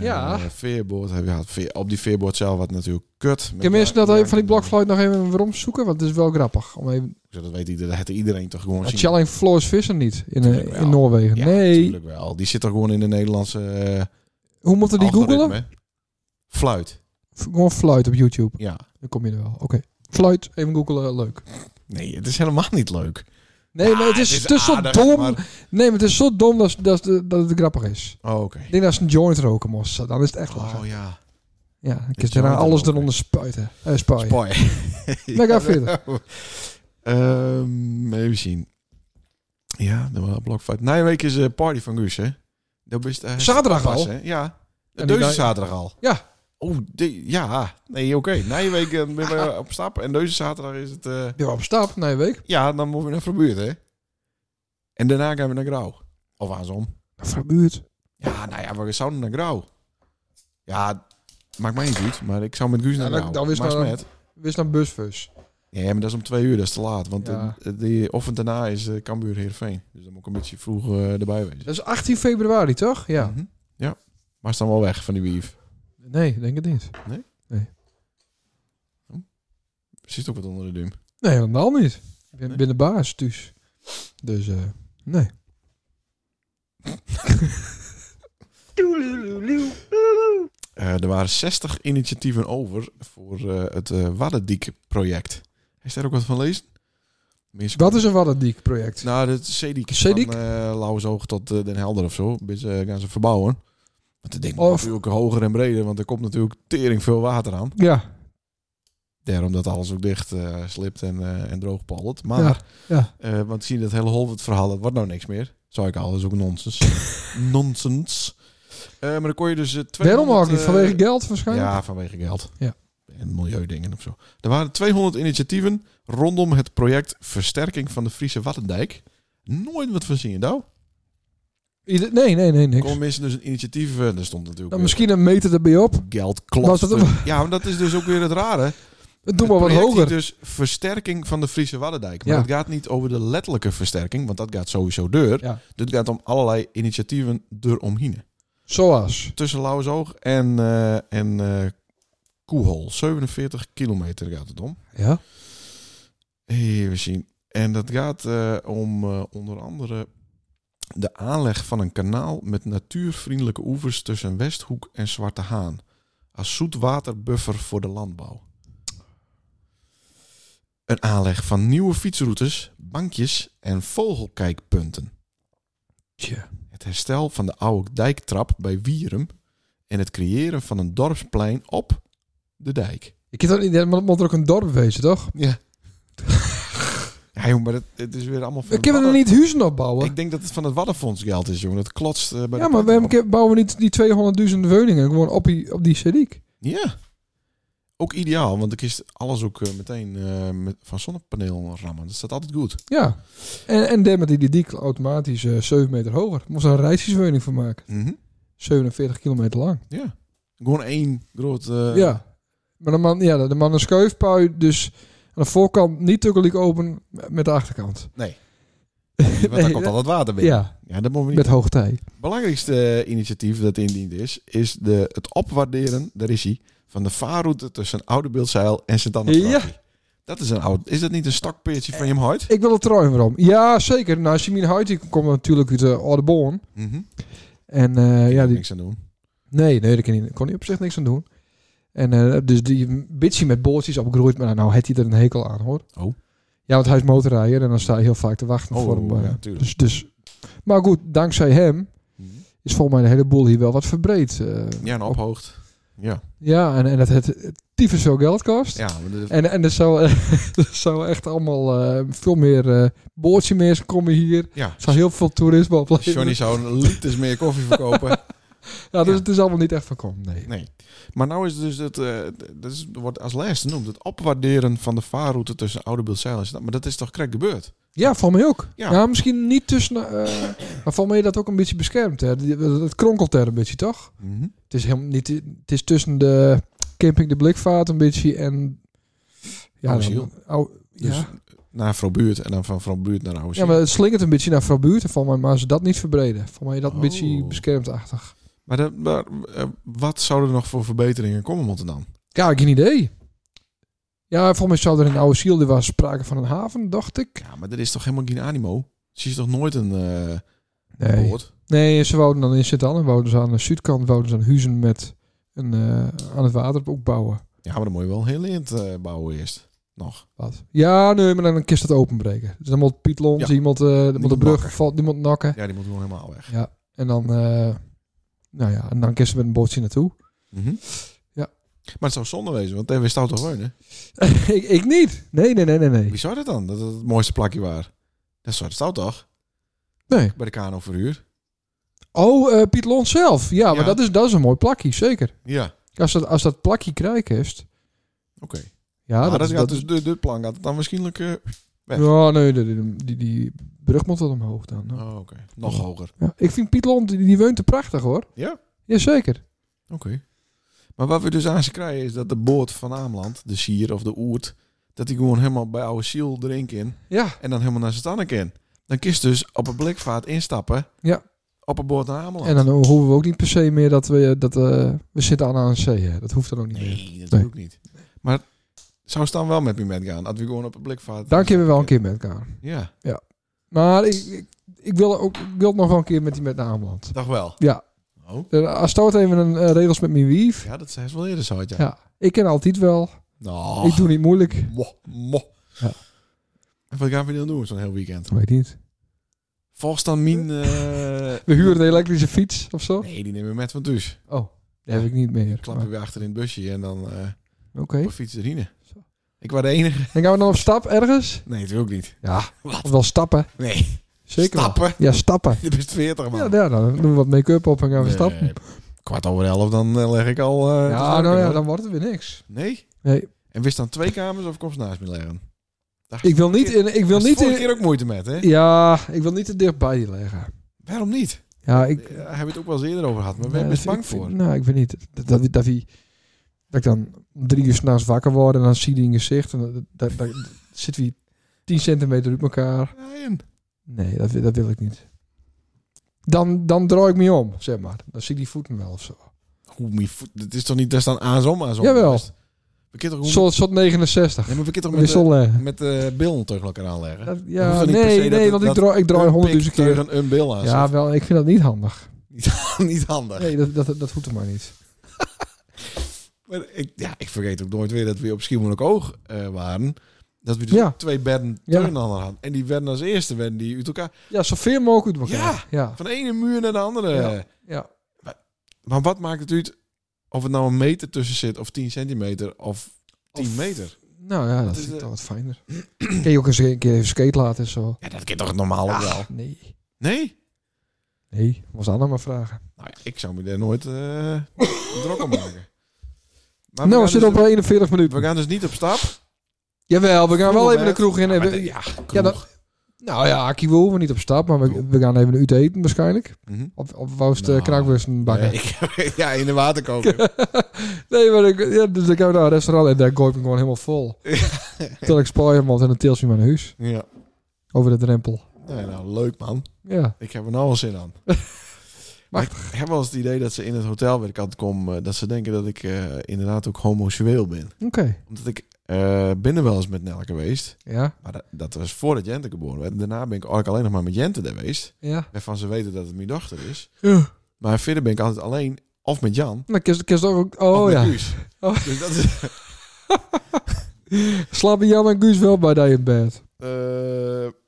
S1: Ja.
S2: Veerboord heb je gehad. Veer- op die veerboord zelf wat natuurlijk kut.
S1: Kun je mensen dat even van die blokfluit nog even weer opzoeken? Want het is wel grappig. Om even...
S2: Zo, Dat weet iedereen, dat heeft iedereen toch gewoon zien.
S1: Challenge Floris Visser niet in, eh,
S2: Tuurlijk wel.
S1: in Noorwegen.
S2: Ja,
S1: nee.
S2: natuurlijk wel. Die zit toch gewoon in de Nederlandse eh,
S1: Hoe moeten die
S2: algoritme.
S1: googelen?
S2: Fluit.
S1: F- Gewoon fluit op YouTube.
S2: Ja.
S1: Dan kom je er wel. Oké. Fluit, even googelen, leuk.
S2: Nee, het is helemaal niet leuk. Ah,
S1: Nee, maar het is, het is
S2: aardig,
S1: zo dom.
S2: maar-
S1: Nee, maar het is zo dom dat, dat, dat het grappig is.
S2: Oh, oké.
S1: Ik denk dat ze een joint roken moest. Dan is het echt lachen.
S2: Oh ja.
S1: Ja, dan kun
S2: joint
S1: je daarna alles
S2: roken.
S1: eronder spuiten. Eh, spuien.
S2: Spoy. (laughs)
S1: Nou, ga verder.
S2: Ehm, even zien. Ja, dan wel blokfight. Nijmegen is een party van Guus, hè? Dat is eh,
S1: Zaterdag
S2: pas,
S1: al?
S2: Hè? Ja.
S1: En
S2: Deze
S1: die
S2: is
S1: da-
S2: zaterdag al.
S1: Ja.
S2: Oh, die- ja. Nee, oké. Nijmegen eh, ben je op stap. En deze zaterdag is het... eh,
S1: Ja, op stap, na een week.
S2: ja, dan moeten we naar Verbuurt, hè? En daarna gaan we naar Grauw. Of andersom.
S1: Verbuurd.
S2: Ja, nou ja, we zouden naar Grauw. Ja, maakt mij niet uit. Maar ik zou met Guus
S1: Ja,
S2: naar
S1: dan-
S2: Grauw.
S1: dan is
S2: Maar
S1: maar-
S2: smet.
S1: Wees naar busfus.
S2: Ja, maar dat is om twee uur, dat is te laat. Want
S1: Ja.
S2: eh, die, of en daarna is eh Cambuur Heerenveen. Dus dan moet ik een beetje vroeg eh, erbij wezen.
S1: Dat is 18 februari, toch? Ja.
S2: Mhm. ja. Maar is dan wel weg van die wief.
S1: Nee, denk het niet.
S2: Zit ook wat onder de duim.
S1: Nee, helemaal niet. Ik ben,
S2: Nee.
S1: ben de baas, dus. Dus, eh, nee.
S2: Eh, er waren 60 initiatieven over voor eh, het eh Waddendiek-project. Is daar ook wat van lezen? Mensen-
S1: Dat is een Waddendiek project.
S2: Nou, de CEDIC.
S1: Zeediek?
S2: Van eh Lauwersoog tot eh, Den Helder of zo. Beetje, eh, gaan ze verbouwen. Want dat ding
S1: Of-
S2: moet natuurlijk hoger en breder, want er komt natuurlijk tering veel water aan.
S1: Ja,
S2: Daarom dat alles ook dicht eh, slipt en, eh en droogpoldert. Maar,
S1: Ja, ja.
S2: eh, want zie je dat hele Holwert verhaal, dat wordt nou niks meer. Zou ik al, dat is ook nonsens.
S1: (laughs)
S2: nonsens. Eh, maar dan kon je dus... eh,
S1: daarom ook
S2: 200,
S1: niet.
S2: eh,
S1: Vanwege geld waarschijnlijk.
S2: Ja, vanwege geld.
S1: Ja.
S2: En milieudingen of zo. Er waren 200 initiatieven rondom het project Versterking van de Friese Waddendijk. Nooit wat van zien je nou.
S1: Ieder- Nee, nee, nee, niks.
S2: Komen mensen dus een initiatief... eh, Daar stond natuurlijk
S1: Dan
S2: weer
S1: Nou, misschien een meter erbij op.
S2: geld
S1: Was het
S2: klopt.
S1: hem?
S2: Ja, maar dat is dus ook weer het rare.
S1: Doe maar wat
S2: Het project
S1: hoger.
S2: heet dus Versterking van de Friese Waddendijk. Maar
S1: Ja.
S2: het gaat niet over de letterlijke versterking, want dat gaat sowieso deur.
S1: Ja.
S2: Dit gaat om allerlei initiatieven eromheen.
S1: Zoals.
S2: Tussen Lauwersoog en, eh en eh, Koehol. 47 kilometer gaat het om.
S1: Ja.
S2: Even zien. En dat gaat eh, om eh, onder andere de aanleg van een kanaal met natuurvriendelijke oevers tussen Westhoek en Zwarte Haan. Als zoetwaterbuffer voor de landbouw. Een aanleg van nieuwe fietsroutes, bankjes en vogelkijkpunten.
S1: Tja.
S2: Het herstel van de oude dijktrap bij Wierum. En het creëren van een dorpsplein op de dijk.
S1: Ik heb dat niet, maar dat moet er ook een dorp wezen, toch?
S2: Ja. ja, jongen, maar het, het is weer allemaal van
S1: We
S2: het
S1: kunnen er
S2: Wadden-
S1: niet huizen opbouwen.
S2: Ik denk dat het van het Waddenfonds geld is, jongen. Dat klotst eh, bij de
S1: ja, maar
S2: planten
S1: waarom ke- bouwen we niet die 200.000 woningen gewoon op die, op die sediek?
S2: op. Ja. Ook ideaal, want ik is alles ook eh, meteen eh, met, van zonnepaneel rammen. Dat staat altijd goed.
S1: Ja. En, en daar met die dik automatisch eh 7 meter hoger. Moest er een reisjeswoning van maken. 47 kilometer lang.
S2: Ja. Gewoon één groot... eh, (laughs)
S1: ja. Maar de man, ja, de- de man een schuifpui, dus aan de voorkant niet tukkelijk open met de achterkant. (laughs)
S2: Want daar
S1: Nee,
S2: komt
S1: eh,
S2: al het water binnen.
S1: Ja,
S2: Ja, dat moeten we niet.
S1: met hoogtij.
S2: Het belangrijkste eh, initiatief dat indiend is, is de, het opwaarderen, daar is hij, van de vaarroute tussen Oude Beeldzeil en sint anne Dat is een oud... Is dat niet een stokpeertje van je hem hart?
S1: Ik wil het trouwen waarom. Ja, zeker. Nou, Simin Huyt, die komt natuurlijk uit eh Oudeborn.
S2: Mhm.
S1: En eh, ja,
S2: Kan
S1: die,
S2: niks aan doen.
S1: Nee, nee, daar kon hij, kon hij op zich niks aan doen. En eh, dus die bitchie met boordjes opgegroeid, maar nou had hij er een hekel aan hoor.
S2: Oh.
S1: Ja, want hij is motorrijder en dan sta je heel vaak te wachten
S2: Oh,
S1: voor hem. eh,
S2: ja, tuurlijk.
S1: dus, dus. Maar goed, dankzij hem is volgens mij de hele boel hier wel wat verbreed. eh.
S2: Mhm. Ja, een ophoogd. Ja.
S1: ja, en, en dat het het tyfus veel geld kost.
S2: ja maar de-
S1: En, en er zou, eh, (laughs) er zou echt allemaal eh, veel meer eh boordje mensen komen hier.
S2: ja.
S1: Er zou heel veel toerisme opleveren.
S2: (laughs) Johnny zou een liters meer koffie verkopen.
S1: ja, dus
S2: ja.
S1: het is allemaal niet echt van kom, nee.
S2: Nee. Maar nou is dus het, eh, dat is, wordt als laatste genoemd, het opwaarderen van de vaarroute tussen Oudebeeldzijl en Stad. Maar dat is toch krek gebeurd?
S1: Ja, voor mij ook.
S2: Ja.
S1: Ja, misschien niet tussen. eh, maar voor mij is dat ook een beetje beschermd. Hè. Die- Het kronkelt er een beetje, toch?
S2: Mhm.
S1: Het is, helemaal niet, het is tussen de camping de blikvaart een beetje en. Ja,
S2: Oude Ziel.
S1: dan- ou-
S2: Dus
S1: ja.
S2: naar Vrouwbuurt en dan van Vrouwbuurt naar Oude
S1: ja, maar het slingert een beetje naar Vrouwbuurt. En van mij, maar ze dat niet verbreden. Voor mij is dat een
S2: Oh.
S1: beetje beschermdachtig.
S2: Maar, dat- maar, eh, wat zouden er nog voor verbeteringen komen moeten dan?
S1: Ja, ik heb geen idee. Ja, voor mij zou er in Oude Ziel, er was sprake van een haven, dacht ik.
S2: Ja, maar er is toch helemaal geen animo? Ze is toch nooit een eh
S1: Nee,
S2: boord?
S1: nee ze wouden dan in Sint-Anne, wouden ze aan de zuidkant, wouden ze aan huizen met een, eh, aan het water opbouwen.
S2: Ja, maar dan moet je wel een heel lint eh, bouwen eerst. Nog.
S1: Wat? Ja, nee, maar dan kist dat openbreken. Dus dan moet Piet Lons,
S2: Ja.
S1: iemand, eh, dan moet de
S2: Iemand
S1: brug
S2: nakken.
S1: valt, iemand nakken.
S2: Ja, die moet gewoon helemaal weg.
S1: En dan, eh, nou ja, en dan kist ze met een bootje naartoe. (laughs) Ja.
S2: Mhm. Maar het zou zonde wezen, want daar wist Stout toch wonen?
S1: ik, ik niet. Nee, nee, nee, nee, nee.
S2: Wie zou dat dan? Dat het het mooiste plakje waar. Dat zou het Stout toch?
S1: Nee.
S2: Bij de kanoverhuur.
S1: Oh, eh, Piet Lons zelf. Ja,
S2: Ja.
S1: maar dat is, dat is een mooi plakje, zeker.
S2: Ja, oké.
S1: Als dat, als dat plakje krijg is... Ja,
S2: maar
S1: Ah, dat,
S2: dat,
S1: is-
S2: gaat
S1: dat
S2: dus, de, de plan gaat het dan waarschijnlijk... eh, weg.
S1: Ja, nee, die, die, die, die brug moet wel omhoog dan.
S2: oh, oké. Nog hoger.
S1: Ja. Ik vind Piet Lons, die, die woont te prachtig, hoor.
S2: Ja?
S1: Jazeker.
S2: Oké. Maar wat we dus aan ze krijgen is dat de boord van Ameland, de Sier of de Oert, dat die gewoon helemaal bij oude ziel drinken in
S1: Ja,
S2: en dan helemaal naar Satanen in. Dan kiest dus op een blikvaart instappen
S1: Ja.
S2: op een boord naar Ameland.
S1: en dan hoeven we ook niet per se meer dat we... Dat, eh, we zitten aan aan een zee, hè. Dat hoeft dan ook niet meer.
S2: Nee, dat doe ik niet. Maar zou ze dan wel met me met gaan? Had we gewoon op een blikvaart...
S1: Daar kunnen we wel een keer met elkaar.
S2: Ja,
S1: Maar ik, ik, ik wil ook, ik wil het nog wel een keer met die met naar Ameland.
S2: toch wel.
S1: Ja.
S2: Oké. Oh.
S1: Er- Als dat even een eh, regels met mijn wief.
S2: Ja, dat zei ze wel eerder zo, ja.
S1: Ja. Ik ken altijd wel.
S2: Nou,
S1: Ik doe niet moeilijk. Ik
S2: mo, mo.
S1: Ja.
S2: En Wat gaan we dan doen zo'n heel weekend?
S1: weet niet.
S2: Volgens dan min... eh,
S1: We huren een elektrische fiets of zo.
S2: Nee, die nemen we met van thuis.
S1: Oh, die heb ik niet meer.
S2: Klappen we weer achter in het busje en dan eh
S1: Maar- Oh. Oké.
S2: op fiets erin.
S1: Zo.
S2: Ik was de enige.
S1: En gaan we dan op stap ergens?
S2: Nee, natuurlijk niet.
S1: Ja. Wel stappen.
S2: Nee,
S1: Zeker. wel.
S2: stappen. (laughs)
S1: Ja, stappen.
S2: Je bent 40 man.
S1: Ja, daar, dan doen we wat make-up op en gaan we
S2: Nee,
S1: stappen.
S2: Kwart over elf, dan eh, leg ik al... eh, te
S1: Ja,
S2: slapen,
S1: nou ja,
S2: hoor.
S1: dan wordt het weer niks.
S2: Nee?
S1: Nee.
S2: En wist dan twee kamers of kom ze naast me leggen? Daar
S1: Ik wil niet in... Ik wil
S2: was
S1: niet
S2: vorige
S1: in
S2: keer ook moeite met, hè?
S1: ja, ik wil niet te dicht bij je liggen.
S2: Waarom niet?
S1: Ja,
S2: Ik
S1: ik...
S2: heb het ook wel eens eerder over gehad, maar we
S1: Nee,
S2: hebben best
S1: dat-
S2: bang
S1: ik vind-
S2: voor.
S1: Nou, ik weet niet. Dat, dat, dat, die- dat ik dan om drie uur s'nachts wakker word en dan zie je in je gezicht. En dat, dat, dat- dat zit wie tien centimeter uit elkaar.
S2: Ryan.
S1: Nee, dat, wil- dat wil ik niet. Dan, dan draai ik me om, zeg maar. Dan zie ik die voeten wel of zo.
S2: Hoe mijn voet... Het is toch niet... Daar staan aanzom, aanzom.
S1: Jawel.
S2: We kunnen toch... Hoe...
S1: Soort, soort 69.
S2: Nee, maar we kunnen
S1: Weer
S2: toch met, de-
S1: zonleggen.
S2: met eh, de bil tegen elkaar aanleggen?
S1: eh. Dat-
S2: hoeft
S1: Ja,
S2: dan niet per se
S1: nee,
S2: dat
S1: nee,
S2: het-
S1: want ik
S2: dat
S1: draai, ik draai
S2: Een
S1: honderdduizend
S2: pik
S1: keer.
S2: tegen een bil aan.
S1: Ja,
S2: Ja.
S1: wel, ik vind dat niet handig.
S2: (laughs) niet handig.
S1: Nee, dat, dat, dat hoeft er maar niet.
S2: Maar ik, ja, ik vergeet ook nooit weer dat we op Schiermonnik Oog eh, waren. Dat we dus
S1: Ja.
S2: twee bedden
S1: Ja.
S2: tegenander hadden. En die werden als eerste werden die uit elkaar...
S1: Ja, zoveel mogelijk uit elkaar.
S2: Ja.
S1: Ja.
S2: Van de ene muur naar de andere.
S1: Ja. ja.
S2: Maar wat maakt het uit of het nou een meter tussen zit of 10 centimeter of 10
S1: Of-
S2: meter?
S1: Nou ja, dat,
S2: is eh,
S1: vind ik
S2: de-
S1: dan wat fijner. (clears throat) Kun je ook eens een keer even skate laten en zo.
S2: Ja, dat kan toch normaal ook wel?
S1: Nee.
S2: Nee?
S1: Nee, was Anna maar vragen.
S2: Nou, ja, ik zou me daar nooit eh druk om maken.
S1: nou,
S2: Maar
S1: we
S2: gaan
S1: zitten op
S2: dus,
S1: 41 minuten.
S2: we gaan dus niet op stap.
S1: Jawel, we gaan wel
S2: Vroeger
S1: even de
S2: met-
S1: kroeg in.
S2: Ja,
S1: en
S2: maar
S1: we-
S2: de- ja, kroeg.
S1: ja, dat- nou ja, Aki, we hoeven niet op stap, maar we,
S2: Cool.
S1: we gaan even een uit eten waarschijnlijk.
S2: Mhm.
S1: Of, of wou je
S2: Nou,
S1: het kraakbussen bakken?
S2: Nee, ik- (laughs) ja, in de
S1: (laughs)
S2: waterkoker.
S1: Nee, maar ik, ja, dus ik heb daar een restaurant en daar gooi ik hem gewoon helemaal
S2: (laughs)
S1: vol. Tot ik spoor hem want en dan teelt ze me naar huis.
S2: ja.
S1: Over de drempel.
S2: Nee, nou, leuk man.
S1: Ja,
S2: Ik heb er nou al zin
S1: (laughs)
S2: aan. Maar ik heb wel eens het idee dat ze in het hotel waar ik altijd kom, eh, dat ze denken dat ik eh, inderdaad ook homoseksueel ben.
S1: oké.
S2: Omdat ik eh binnen wel eens met Nel geweest.
S1: Ja,
S2: Maar dat, dat was voordat Jente geboren werd. Daarna ben ik eigenlijk alleen nog maar met Jente er geweest.
S1: ja.
S2: Waarvan ze weten dat het mijn dochter is.
S1: Ja.
S2: Maar verder ben ik altijd alleen. Of met Jan.
S1: Dan Nou, kist, kist ook...
S2: of
S1: Oh
S2: met
S1: ja.
S2: Guus.
S1: Oh.
S2: Dus dat is...
S1: Slapen Jan en Guus wel bij die in bed?
S2: eh,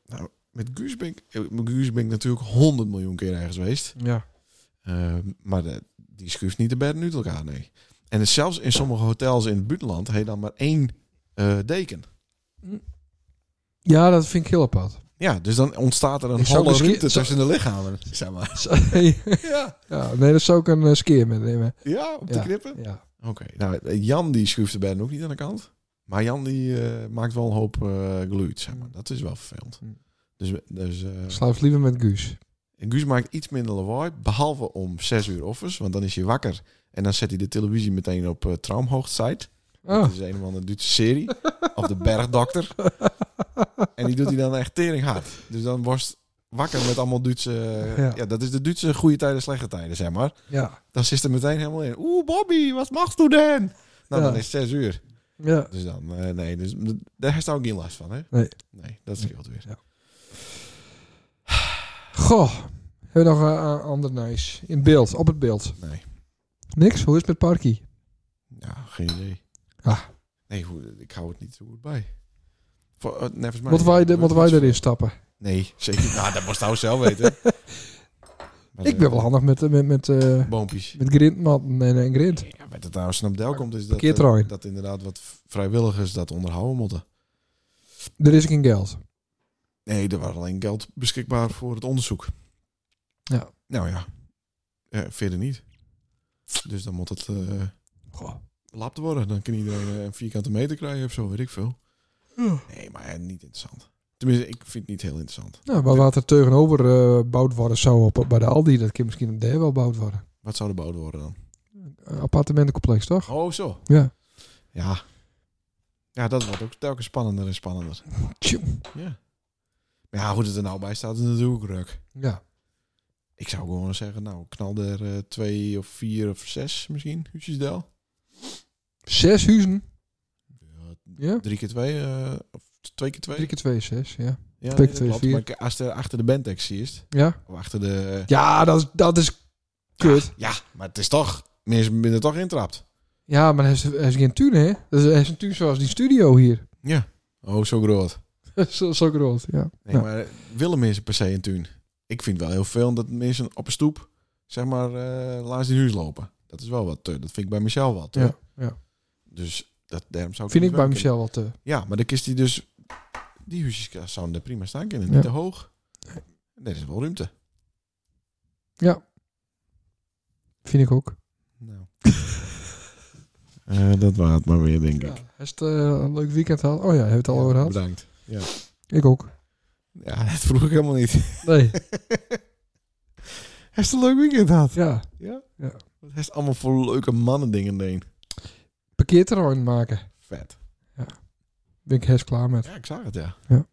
S2: nou, met Guus ben ik... eh, Met Guus ben ik natuurlijk 100 miljoen keer ergens geweest.
S1: Ja.
S2: Eh, maar de- die schuift niet de bedden uit elkaar, nee. En dus zelfs in sommige hotels in het buitenland... heet dan maar één eh, deken.
S1: Ja, dat vind ik heel apart. (laughs)
S2: Ja, dus dan ontstaat er een
S1: Ik zou
S2: holle
S1: misschien-
S2: ruimte
S1: zou-
S2: tussen de lichamen. Zeg maar.
S1: (laughs) ja. ja. Nee, dat zou ik een eh, skeer meenemen.
S2: Ja, op de
S1: Ja.
S2: knippen.
S1: Ja.
S2: Oké, nou eh, Jan die schuift de band ook niet aan de kant. Maar Jan die eh, maakt wel een hoop eh geluid, zeg
S1: Mm.
S2: maar. Dat is wel vervelend.
S1: Hmm.
S2: Dus, we- dus eh,
S1: Slaap liever met Guus.
S2: Guus maakt iets minder lawaai, behalve om 6 uur offers. Want dan is hij wakker en dan zet hij de televisie meteen op eh traumhoogtijd.
S1: Oh.
S2: Dat is een of andere Duitse serie. of de bergdokter.
S1: (laughs)
S2: en die doet hij dan echt tering hard. Dus dan wordt wakker met allemaal Duitse... eh,
S1: Ja.
S2: ja. dat is de Duitse goede tijden, slechte tijden, zeg maar.
S1: Ja.
S2: Dan zit er meteen helemaal in. Oeh, Bobby, wat mag u dan?
S1: Ja.
S2: Nou, dan is het 6 uur.
S1: Ja.
S2: Dus dan, eh, nee, dus, d- daar heeft hij ook geen last van, hè?
S1: Nee.
S2: Nee, dat scheelt weer.
S1: Goh. Hebben we nog een een ander nice? In beeld, op het beeld.
S2: Nee.
S1: Niks? Hoe is het met Parky?
S2: Ja, geen idee.
S1: Ah.
S2: Nee, hoe, ik hou het niet zo goed bij. Voor, eh, nevens mij.
S1: Moeten wij, de,
S2: Er
S1: moeten wij
S2: gebeurt
S1: erin
S2: niets.
S1: stappen?
S2: Nee, zeker niet. Nou, dat moest nou zelf
S1: (laughs)
S2: weten. Maar
S1: Ik
S2: de-
S1: ben wel handig met, eh, met, met, eh,
S2: Boompjes.
S1: met grindmatten en, en grind.
S2: Ja, met het nou snapdel komt is dat,
S1: Parkeertrein.
S2: eh, dat inderdaad wat v- vrijwilligers dat onderhouden moeten.
S1: Er is geen geld.
S2: Nee, er was alleen geld beschikbaar voor het onderzoek.
S1: Ja.
S2: Nou ja, Eh, verder niet. Dus dan moet het... eh,
S1: Goh.
S2: lapt worden. Dan kan iedereen eh, een vierkante meter krijgen of zo, weet ik veel. Nee, maar eh, niet interessant. Tenminste, ik vind het niet heel interessant.
S1: Nou, maar wat er tegenover eh bouwd worden zou op, bij de Aldi, dat kan misschien op daar wel bouwd worden.
S2: Wat zou er bouwd worden dan?
S1: Een appartementencomplex, toch?
S2: Oh, zo.
S1: Ja.
S2: Ja. Ja, dat wordt ook telkens spannender en spannender.
S1: Tjoe.
S2: Ja. Maar ja, hoe het er nou bij staat is natuurlijk ruk.
S1: Ja.
S2: Ik zou gewoon zeggen, nou, knal er eh, twee of vier of zes misschien, huisjesdel.
S1: Zes huizen.
S2: Ja,
S1: Ja.
S2: drie keer twee, eh, of twee keer twee.
S1: Drie keer twee, is zes, ja.
S2: ja,
S1: keer
S2: nee, dat
S1: twee is
S2: klopt.
S1: vier.
S2: Maar als er achter de bentex is,
S1: Ja.
S2: of achter de...
S1: Ja, dat is, dat is kut.
S2: Ja, maar het is toch... Mensen zijn er toch intrapt.
S1: Ja, maar hij is, hij is geen tuin, hè? Dat is, hij is een tuin zoals die studio hier. (laughs)
S2: Ja. Oh, zo groot.
S1: zo, zo groot, ja.
S2: Nee,
S1: Ja.
S2: maar willen mensen per se een tuin? Ik vind wel heel veel dat mensen op een stoep, zeg maar, eh, langs die huis lopen. Dat is wel wat te. Dat vind ik bij Michel wat te.
S1: Ja, ja.
S2: Dus dat, daarom zou ik
S1: Vind
S2: niet
S1: ik bij
S2: werken.
S1: Michel eh, wel te...
S2: Ja, maar dan kist hij dus... Die huisjes zouden er prima staan kunnen.
S1: Ja.
S2: Niet te hoog. Nee, er is wel ruimte.
S1: Vind ik ook.
S2: (laughs) Nou. Eh, dat was het maar weer, denk
S1: Ja.
S2: ik.
S1: Heeft het eh, een leuk weekend gehad? Oh ja, heeft het al over gehad?
S2: Bedankt.
S1: Ik ook.
S2: Ja, (laughs) dat vroeg ik helemaal niet. (laughs)
S1: Nee.
S2: Hij is een leuk weekend had.
S1: (laughs) ja.
S2: Hij is allemaal voor leuke mannen dingen deen.
S1: Parkeerterrein maken.
S2: Vet.
S1: Ben ik hers klaar met.
S2: Ja, ik zag het, ja.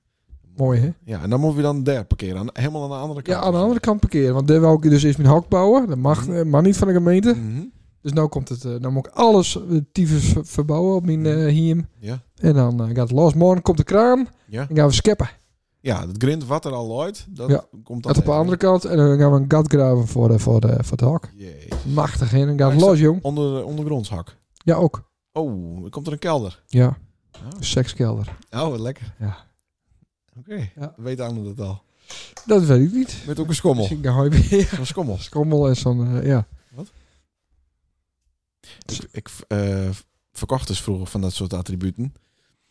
S1: Mooi, hè?
S2: Ja, en dan moet je dan daar parkeren. aan- helemaal aan de andere kant.
S1: Ja, aan de andere kant parkeren. Want daar wou ik dus eerst mijn hak bouwen. Dat mag,
S2: Mhm.
S1: eh, mag niet van de gemeente.
S2: Mhm.
S1: Dus nou komt het, eh, nou moet ik alles eh, tyfus ver- verbouwen op
S2: Mhm.
S1: mijn eh hiem.
S2: Ja.
S1: En dan eh, gaat het los. Morgen komt de kraan
S2: Ja.
S1: en gaan we scheppen.
S2: ja, dat grind wat er al looit, dat
S1: Ja.
S2: komt dan
S1: Dat op de
S2: even.
S1: andere kant. En dan gaan we een gat graven voor, de, voor, de, voor het hak.
S2: Jee.
S1: Machtig, hè? En dan gaat
S2: Maar
S1: het
S2: is
S1: los, jong.
S2: Onder, ondergrondshak.
S1: Ja, ook.
S2: Oh, er komt er een kelder.
S1: Ja.
S2: Oh.
S1: Sekskelder.
S2: Oh, wat lekker.
S1: Ja.
S2: Oké,
S1: Ja.
S2: weet Anne dat al.
S1: Dat weet ik niet.
S2: Met ook een
S1: (laughs)
S2: schommel.
S1: Misschien ga je weer.
S2: Zo'n schommel.
S1: Skommel en zo'n, eh, ja.
S2: Ik, ik eh, verkocht dus vroeger van dat soort attributen.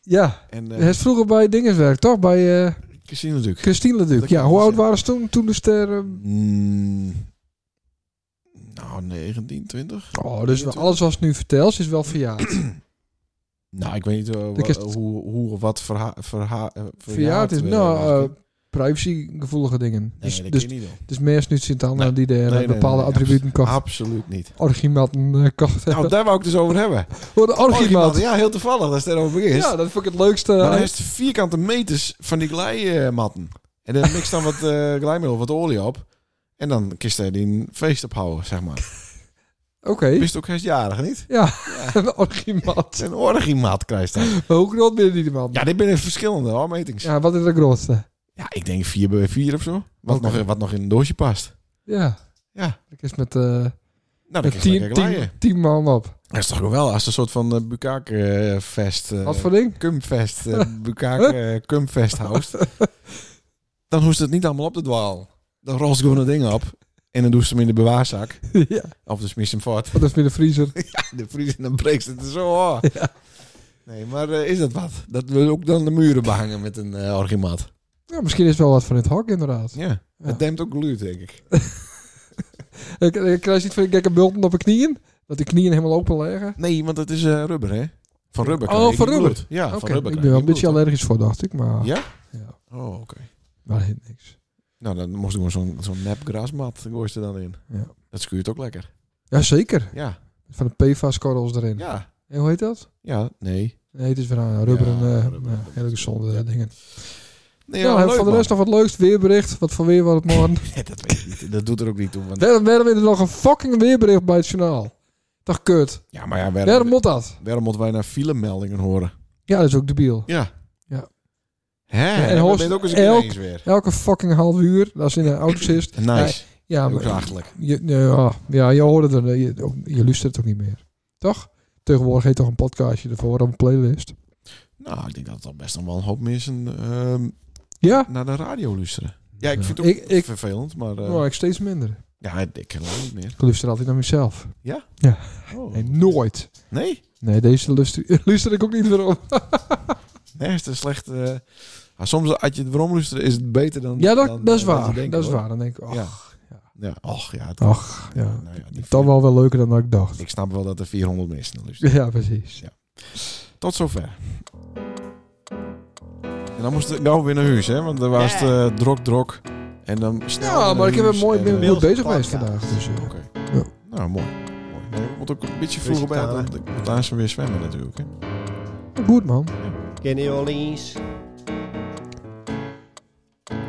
S1: Ja,
S2: En
S1: hij
S2: eh
S1: is vroeger bij Dingenswerk, toch? Bij eh
S2: casino natuurlijk.
S1: Christine Leduc.
S2: Dat
S1: Ja,
S2: kan
S1: hoe
S2: dus,
S1: oud
S2: ja.
S1: waren ze toen? Toen dus ter... eh,
S2: Mm, nou, 19, 20.
S1: Oh, dus wel- alles wat ze nu vertelt is wel verjaard.
S2: Nou, ik weet niet eh,
S1: Ik
S2: wa-
S1: is-
S2: hoe, hoe of wat verha verha eh,
S1: verjaard is,
S2: werd,
S1: nou,
S2: eigenlijk.
S1: eh privacygevoelige dingen.
S2: Nee,
S1: dus,
S2: dat
S1: dus,
S2: kun je niet doen.
S1: dus mensen nu sint Anna
S2: Nee.
S1: die daar eh,
S2: Nee, nee,
S1: bepaalde
S2: nee, nee,
S1: attributen kocht.
S2: Absoluut
S1: (laughs)
S2: niet.
S1: Orgimatten eh, kocht. (laughs)
S2: Nou, daar wou ik dus over hebben.
S1: oh, de
S2: Orgimat,
S1: orgimat.
S2: ja, heel toevallig dat het erover is.
S1: Ja, dat vond ik het leukste. eh,
S2: maar hij heeft vierkante meters van die glijmatten. En dan mixt dan wat eh glijmiddel, wat olie op. En dan kist hij die een feest ophouden, zeg
S1: (laughs)
S2: maar.
S1: Oké.
S2: Wist ook kerstjarig, niet?
S1: Ja, (laughs) een orgimat.
S2: Een orgiemat
S1: (laughs)
S2: krijgt hij.
S1: Hoe groot ben die man?
S2: Ja, dit binnen verschillende hoor, metings. Ja.
S1: Ja, wat is de grootste?
S2: ik denk 4 bij 4 of zo. Wat,
S1: Oké.
S2: nog, wat nog in een doosje past.
S1: Ja.
S2: Ja.
S1: Ik is met, eh
S2: Nou,
S1: met
S2: dan kist hij
S1: tien,
S2: lekker glijden.
S1: tien, tien man op.
S2: Dat is toch wel als een soort van eh, bukaakfest. eh,
S1: Wat voor
S2: (laughs)
S1: ding? (laughs)
S2: Cumfest, eh Bukaak eh, Cumfest host. Dan hoest het niet allemaal op de dwaal. Dan rolt ze gewoon een ding op. En dan doet ze hem in de bewaarzak.
S1: ja.
S2: Of dus mis hem voort. (laughs)
S1: Dat is weer de vriezer.
S2: De vries en dan breekt ze het er
S1: (laughs)
S2: zo aan. Nee, maar eh, is dat wat? Dat we ook dan de muren behangen met een eh orgimat.
S1: Ja, misschien is wel wat van het hok, inderdaad.
S2: Ja.
S1: Ja.
S2: Het dempt ook geluid, denk ik.
S1: Ik, ik krijg niet van die gekke bulten op de knieën. Dat die knieën helemaal open liggen.
S2: Nee, want het is eh, rubber, hè? Van rubber.
S1: Oh,
S2: krijg je
S1: van
S2: die
S1: rubber.
S2: bloed. Ja,
S1: Oké,
S2: van rubber.
S1: ik
S2: krijg
S1: ben wel
S2: je
S1: een beetje
S2: bloed,
S1: allergisch voor, dacht ik. Maar,
S2: Ja?
S1: Ja.
S2: hoor. Oh, oké.
S1: maar heet niks.
S2: Nou, dan moest ik maar zo'n zo'n nep grasmat gooien ze dan in.
S1: Ja.
S2: Dat schuurt ook lekker.
S1: Jazeker.
S2: Ja.
S1: Van de PFAS-korrels erin.
S2: Ja.
S1: En hoe heet dat?
S2: Ja, nee.
S1: Nee, het is weer aan rubberen.
S2: Ja,
S1: eh,
S2: rubber.
S1: nou, hele gezonde
S2: Ja.
S1: dingen.
S2: Nee,
S1: Ja, hebben we van de rest nog wat leuks. Weerbericht. Wat voor weer wordt het
S2: (laughs)
S1: morgen?
S2: dat weet ik niet. Dat doet er ook niet toe. Want...
S1: Waarom hebben we er nog een fucking weerbericht bij het journaal? Toch kut.
S2: Ja, maar ja,
S1: Waarom
S2: waarom,
S1: moet dat?
S2: waarom moeten wij naar filemeldingen horen?
S1: Ja, dat is ook debiel.
S2: Ja.
S1: Ja.
S2: Hè?
S1: en
S2: en
S1: Horst,
S2: bent ook eens een keer
S1: elk-
S2: eens weer.
S1: Elke fucking half uur, als in een auto zit.
S2: Nice.
S1: Ja,
S2: Heel
S1: maar-
S2: krachtelijk.
S1: Je, ja, ja, je hoorde er, je, ook- je luistert het ook niet meer. Toch? Tegenwoordig heet toch een podcastje ervoor op een playlist.
S2: Nou, ik denk dat er best nog wel een hoop mensen ehm,
S1: Ja?
S2: naar de radio luisteren. Ja, ik
S1: Ja.
S2: vind het ook
S1: Ik- ik-
S2: vervelend, maar... eh,
S1: Nou, ik steeds minder.
S2: ja, ik kan het niet meer.
S1: Ik luister altijd naar mezelf.
S2: Oh.
S1: Nee, nooit.
S2: Nee?
S1: Nee, deze luister, (laughs) luister ik ook niet meer op.
S2: Nee, is het een slecht... eh, ah, soms als je het waarom luistert, is het beter dan...
S1: Ja,
S2: dan,
S1: dat, dat is
S2: eh, dan
S1: waar.
S2: te denken,
S1: dat is
S2: hoor.
S1: waar. Dan denk ik, ach,
S2: Ja. Ja, och, ja. het-
S1: ach, ja.
S2: Nou ja, die
S1: Dat wel wel leuker dan dat ik dacht. (laughs)
S2: Ik snap wel dat er 400 mensen naar luisteren.
S1: Ja, precies.
S2: Tot zover. En dan moest ik nou weer naar huis, hè? Want er was het eh, drok, drok. En dan snel
S1: Ja,
S2: naar
S1: maar ik heb
S2: huis
S1: een mooi,
S2: en,
S1: ben
S2: eh,
S1: goed bezig
S3: podcast.
S1: geweest vandaag. Dus, eh,
S2: Oké.
S1: Ja.
S2: Nou, mooi. mooi. Maar je moet ook een beetje vroeger bij,
S3: Beetje
S2: want ik moet laatst weer zwemmen natuurlijk. Hè?
S1: goed, man.
S3: Kenny Orleans.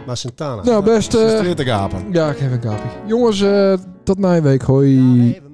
S3: Maar Santana.
S1: Nou, best... eh,
S2: Frustreert de gapen.
S1: ja, ik heb een kapie. Jongens, eh, tot na een week. Hoi.
S3: Naar even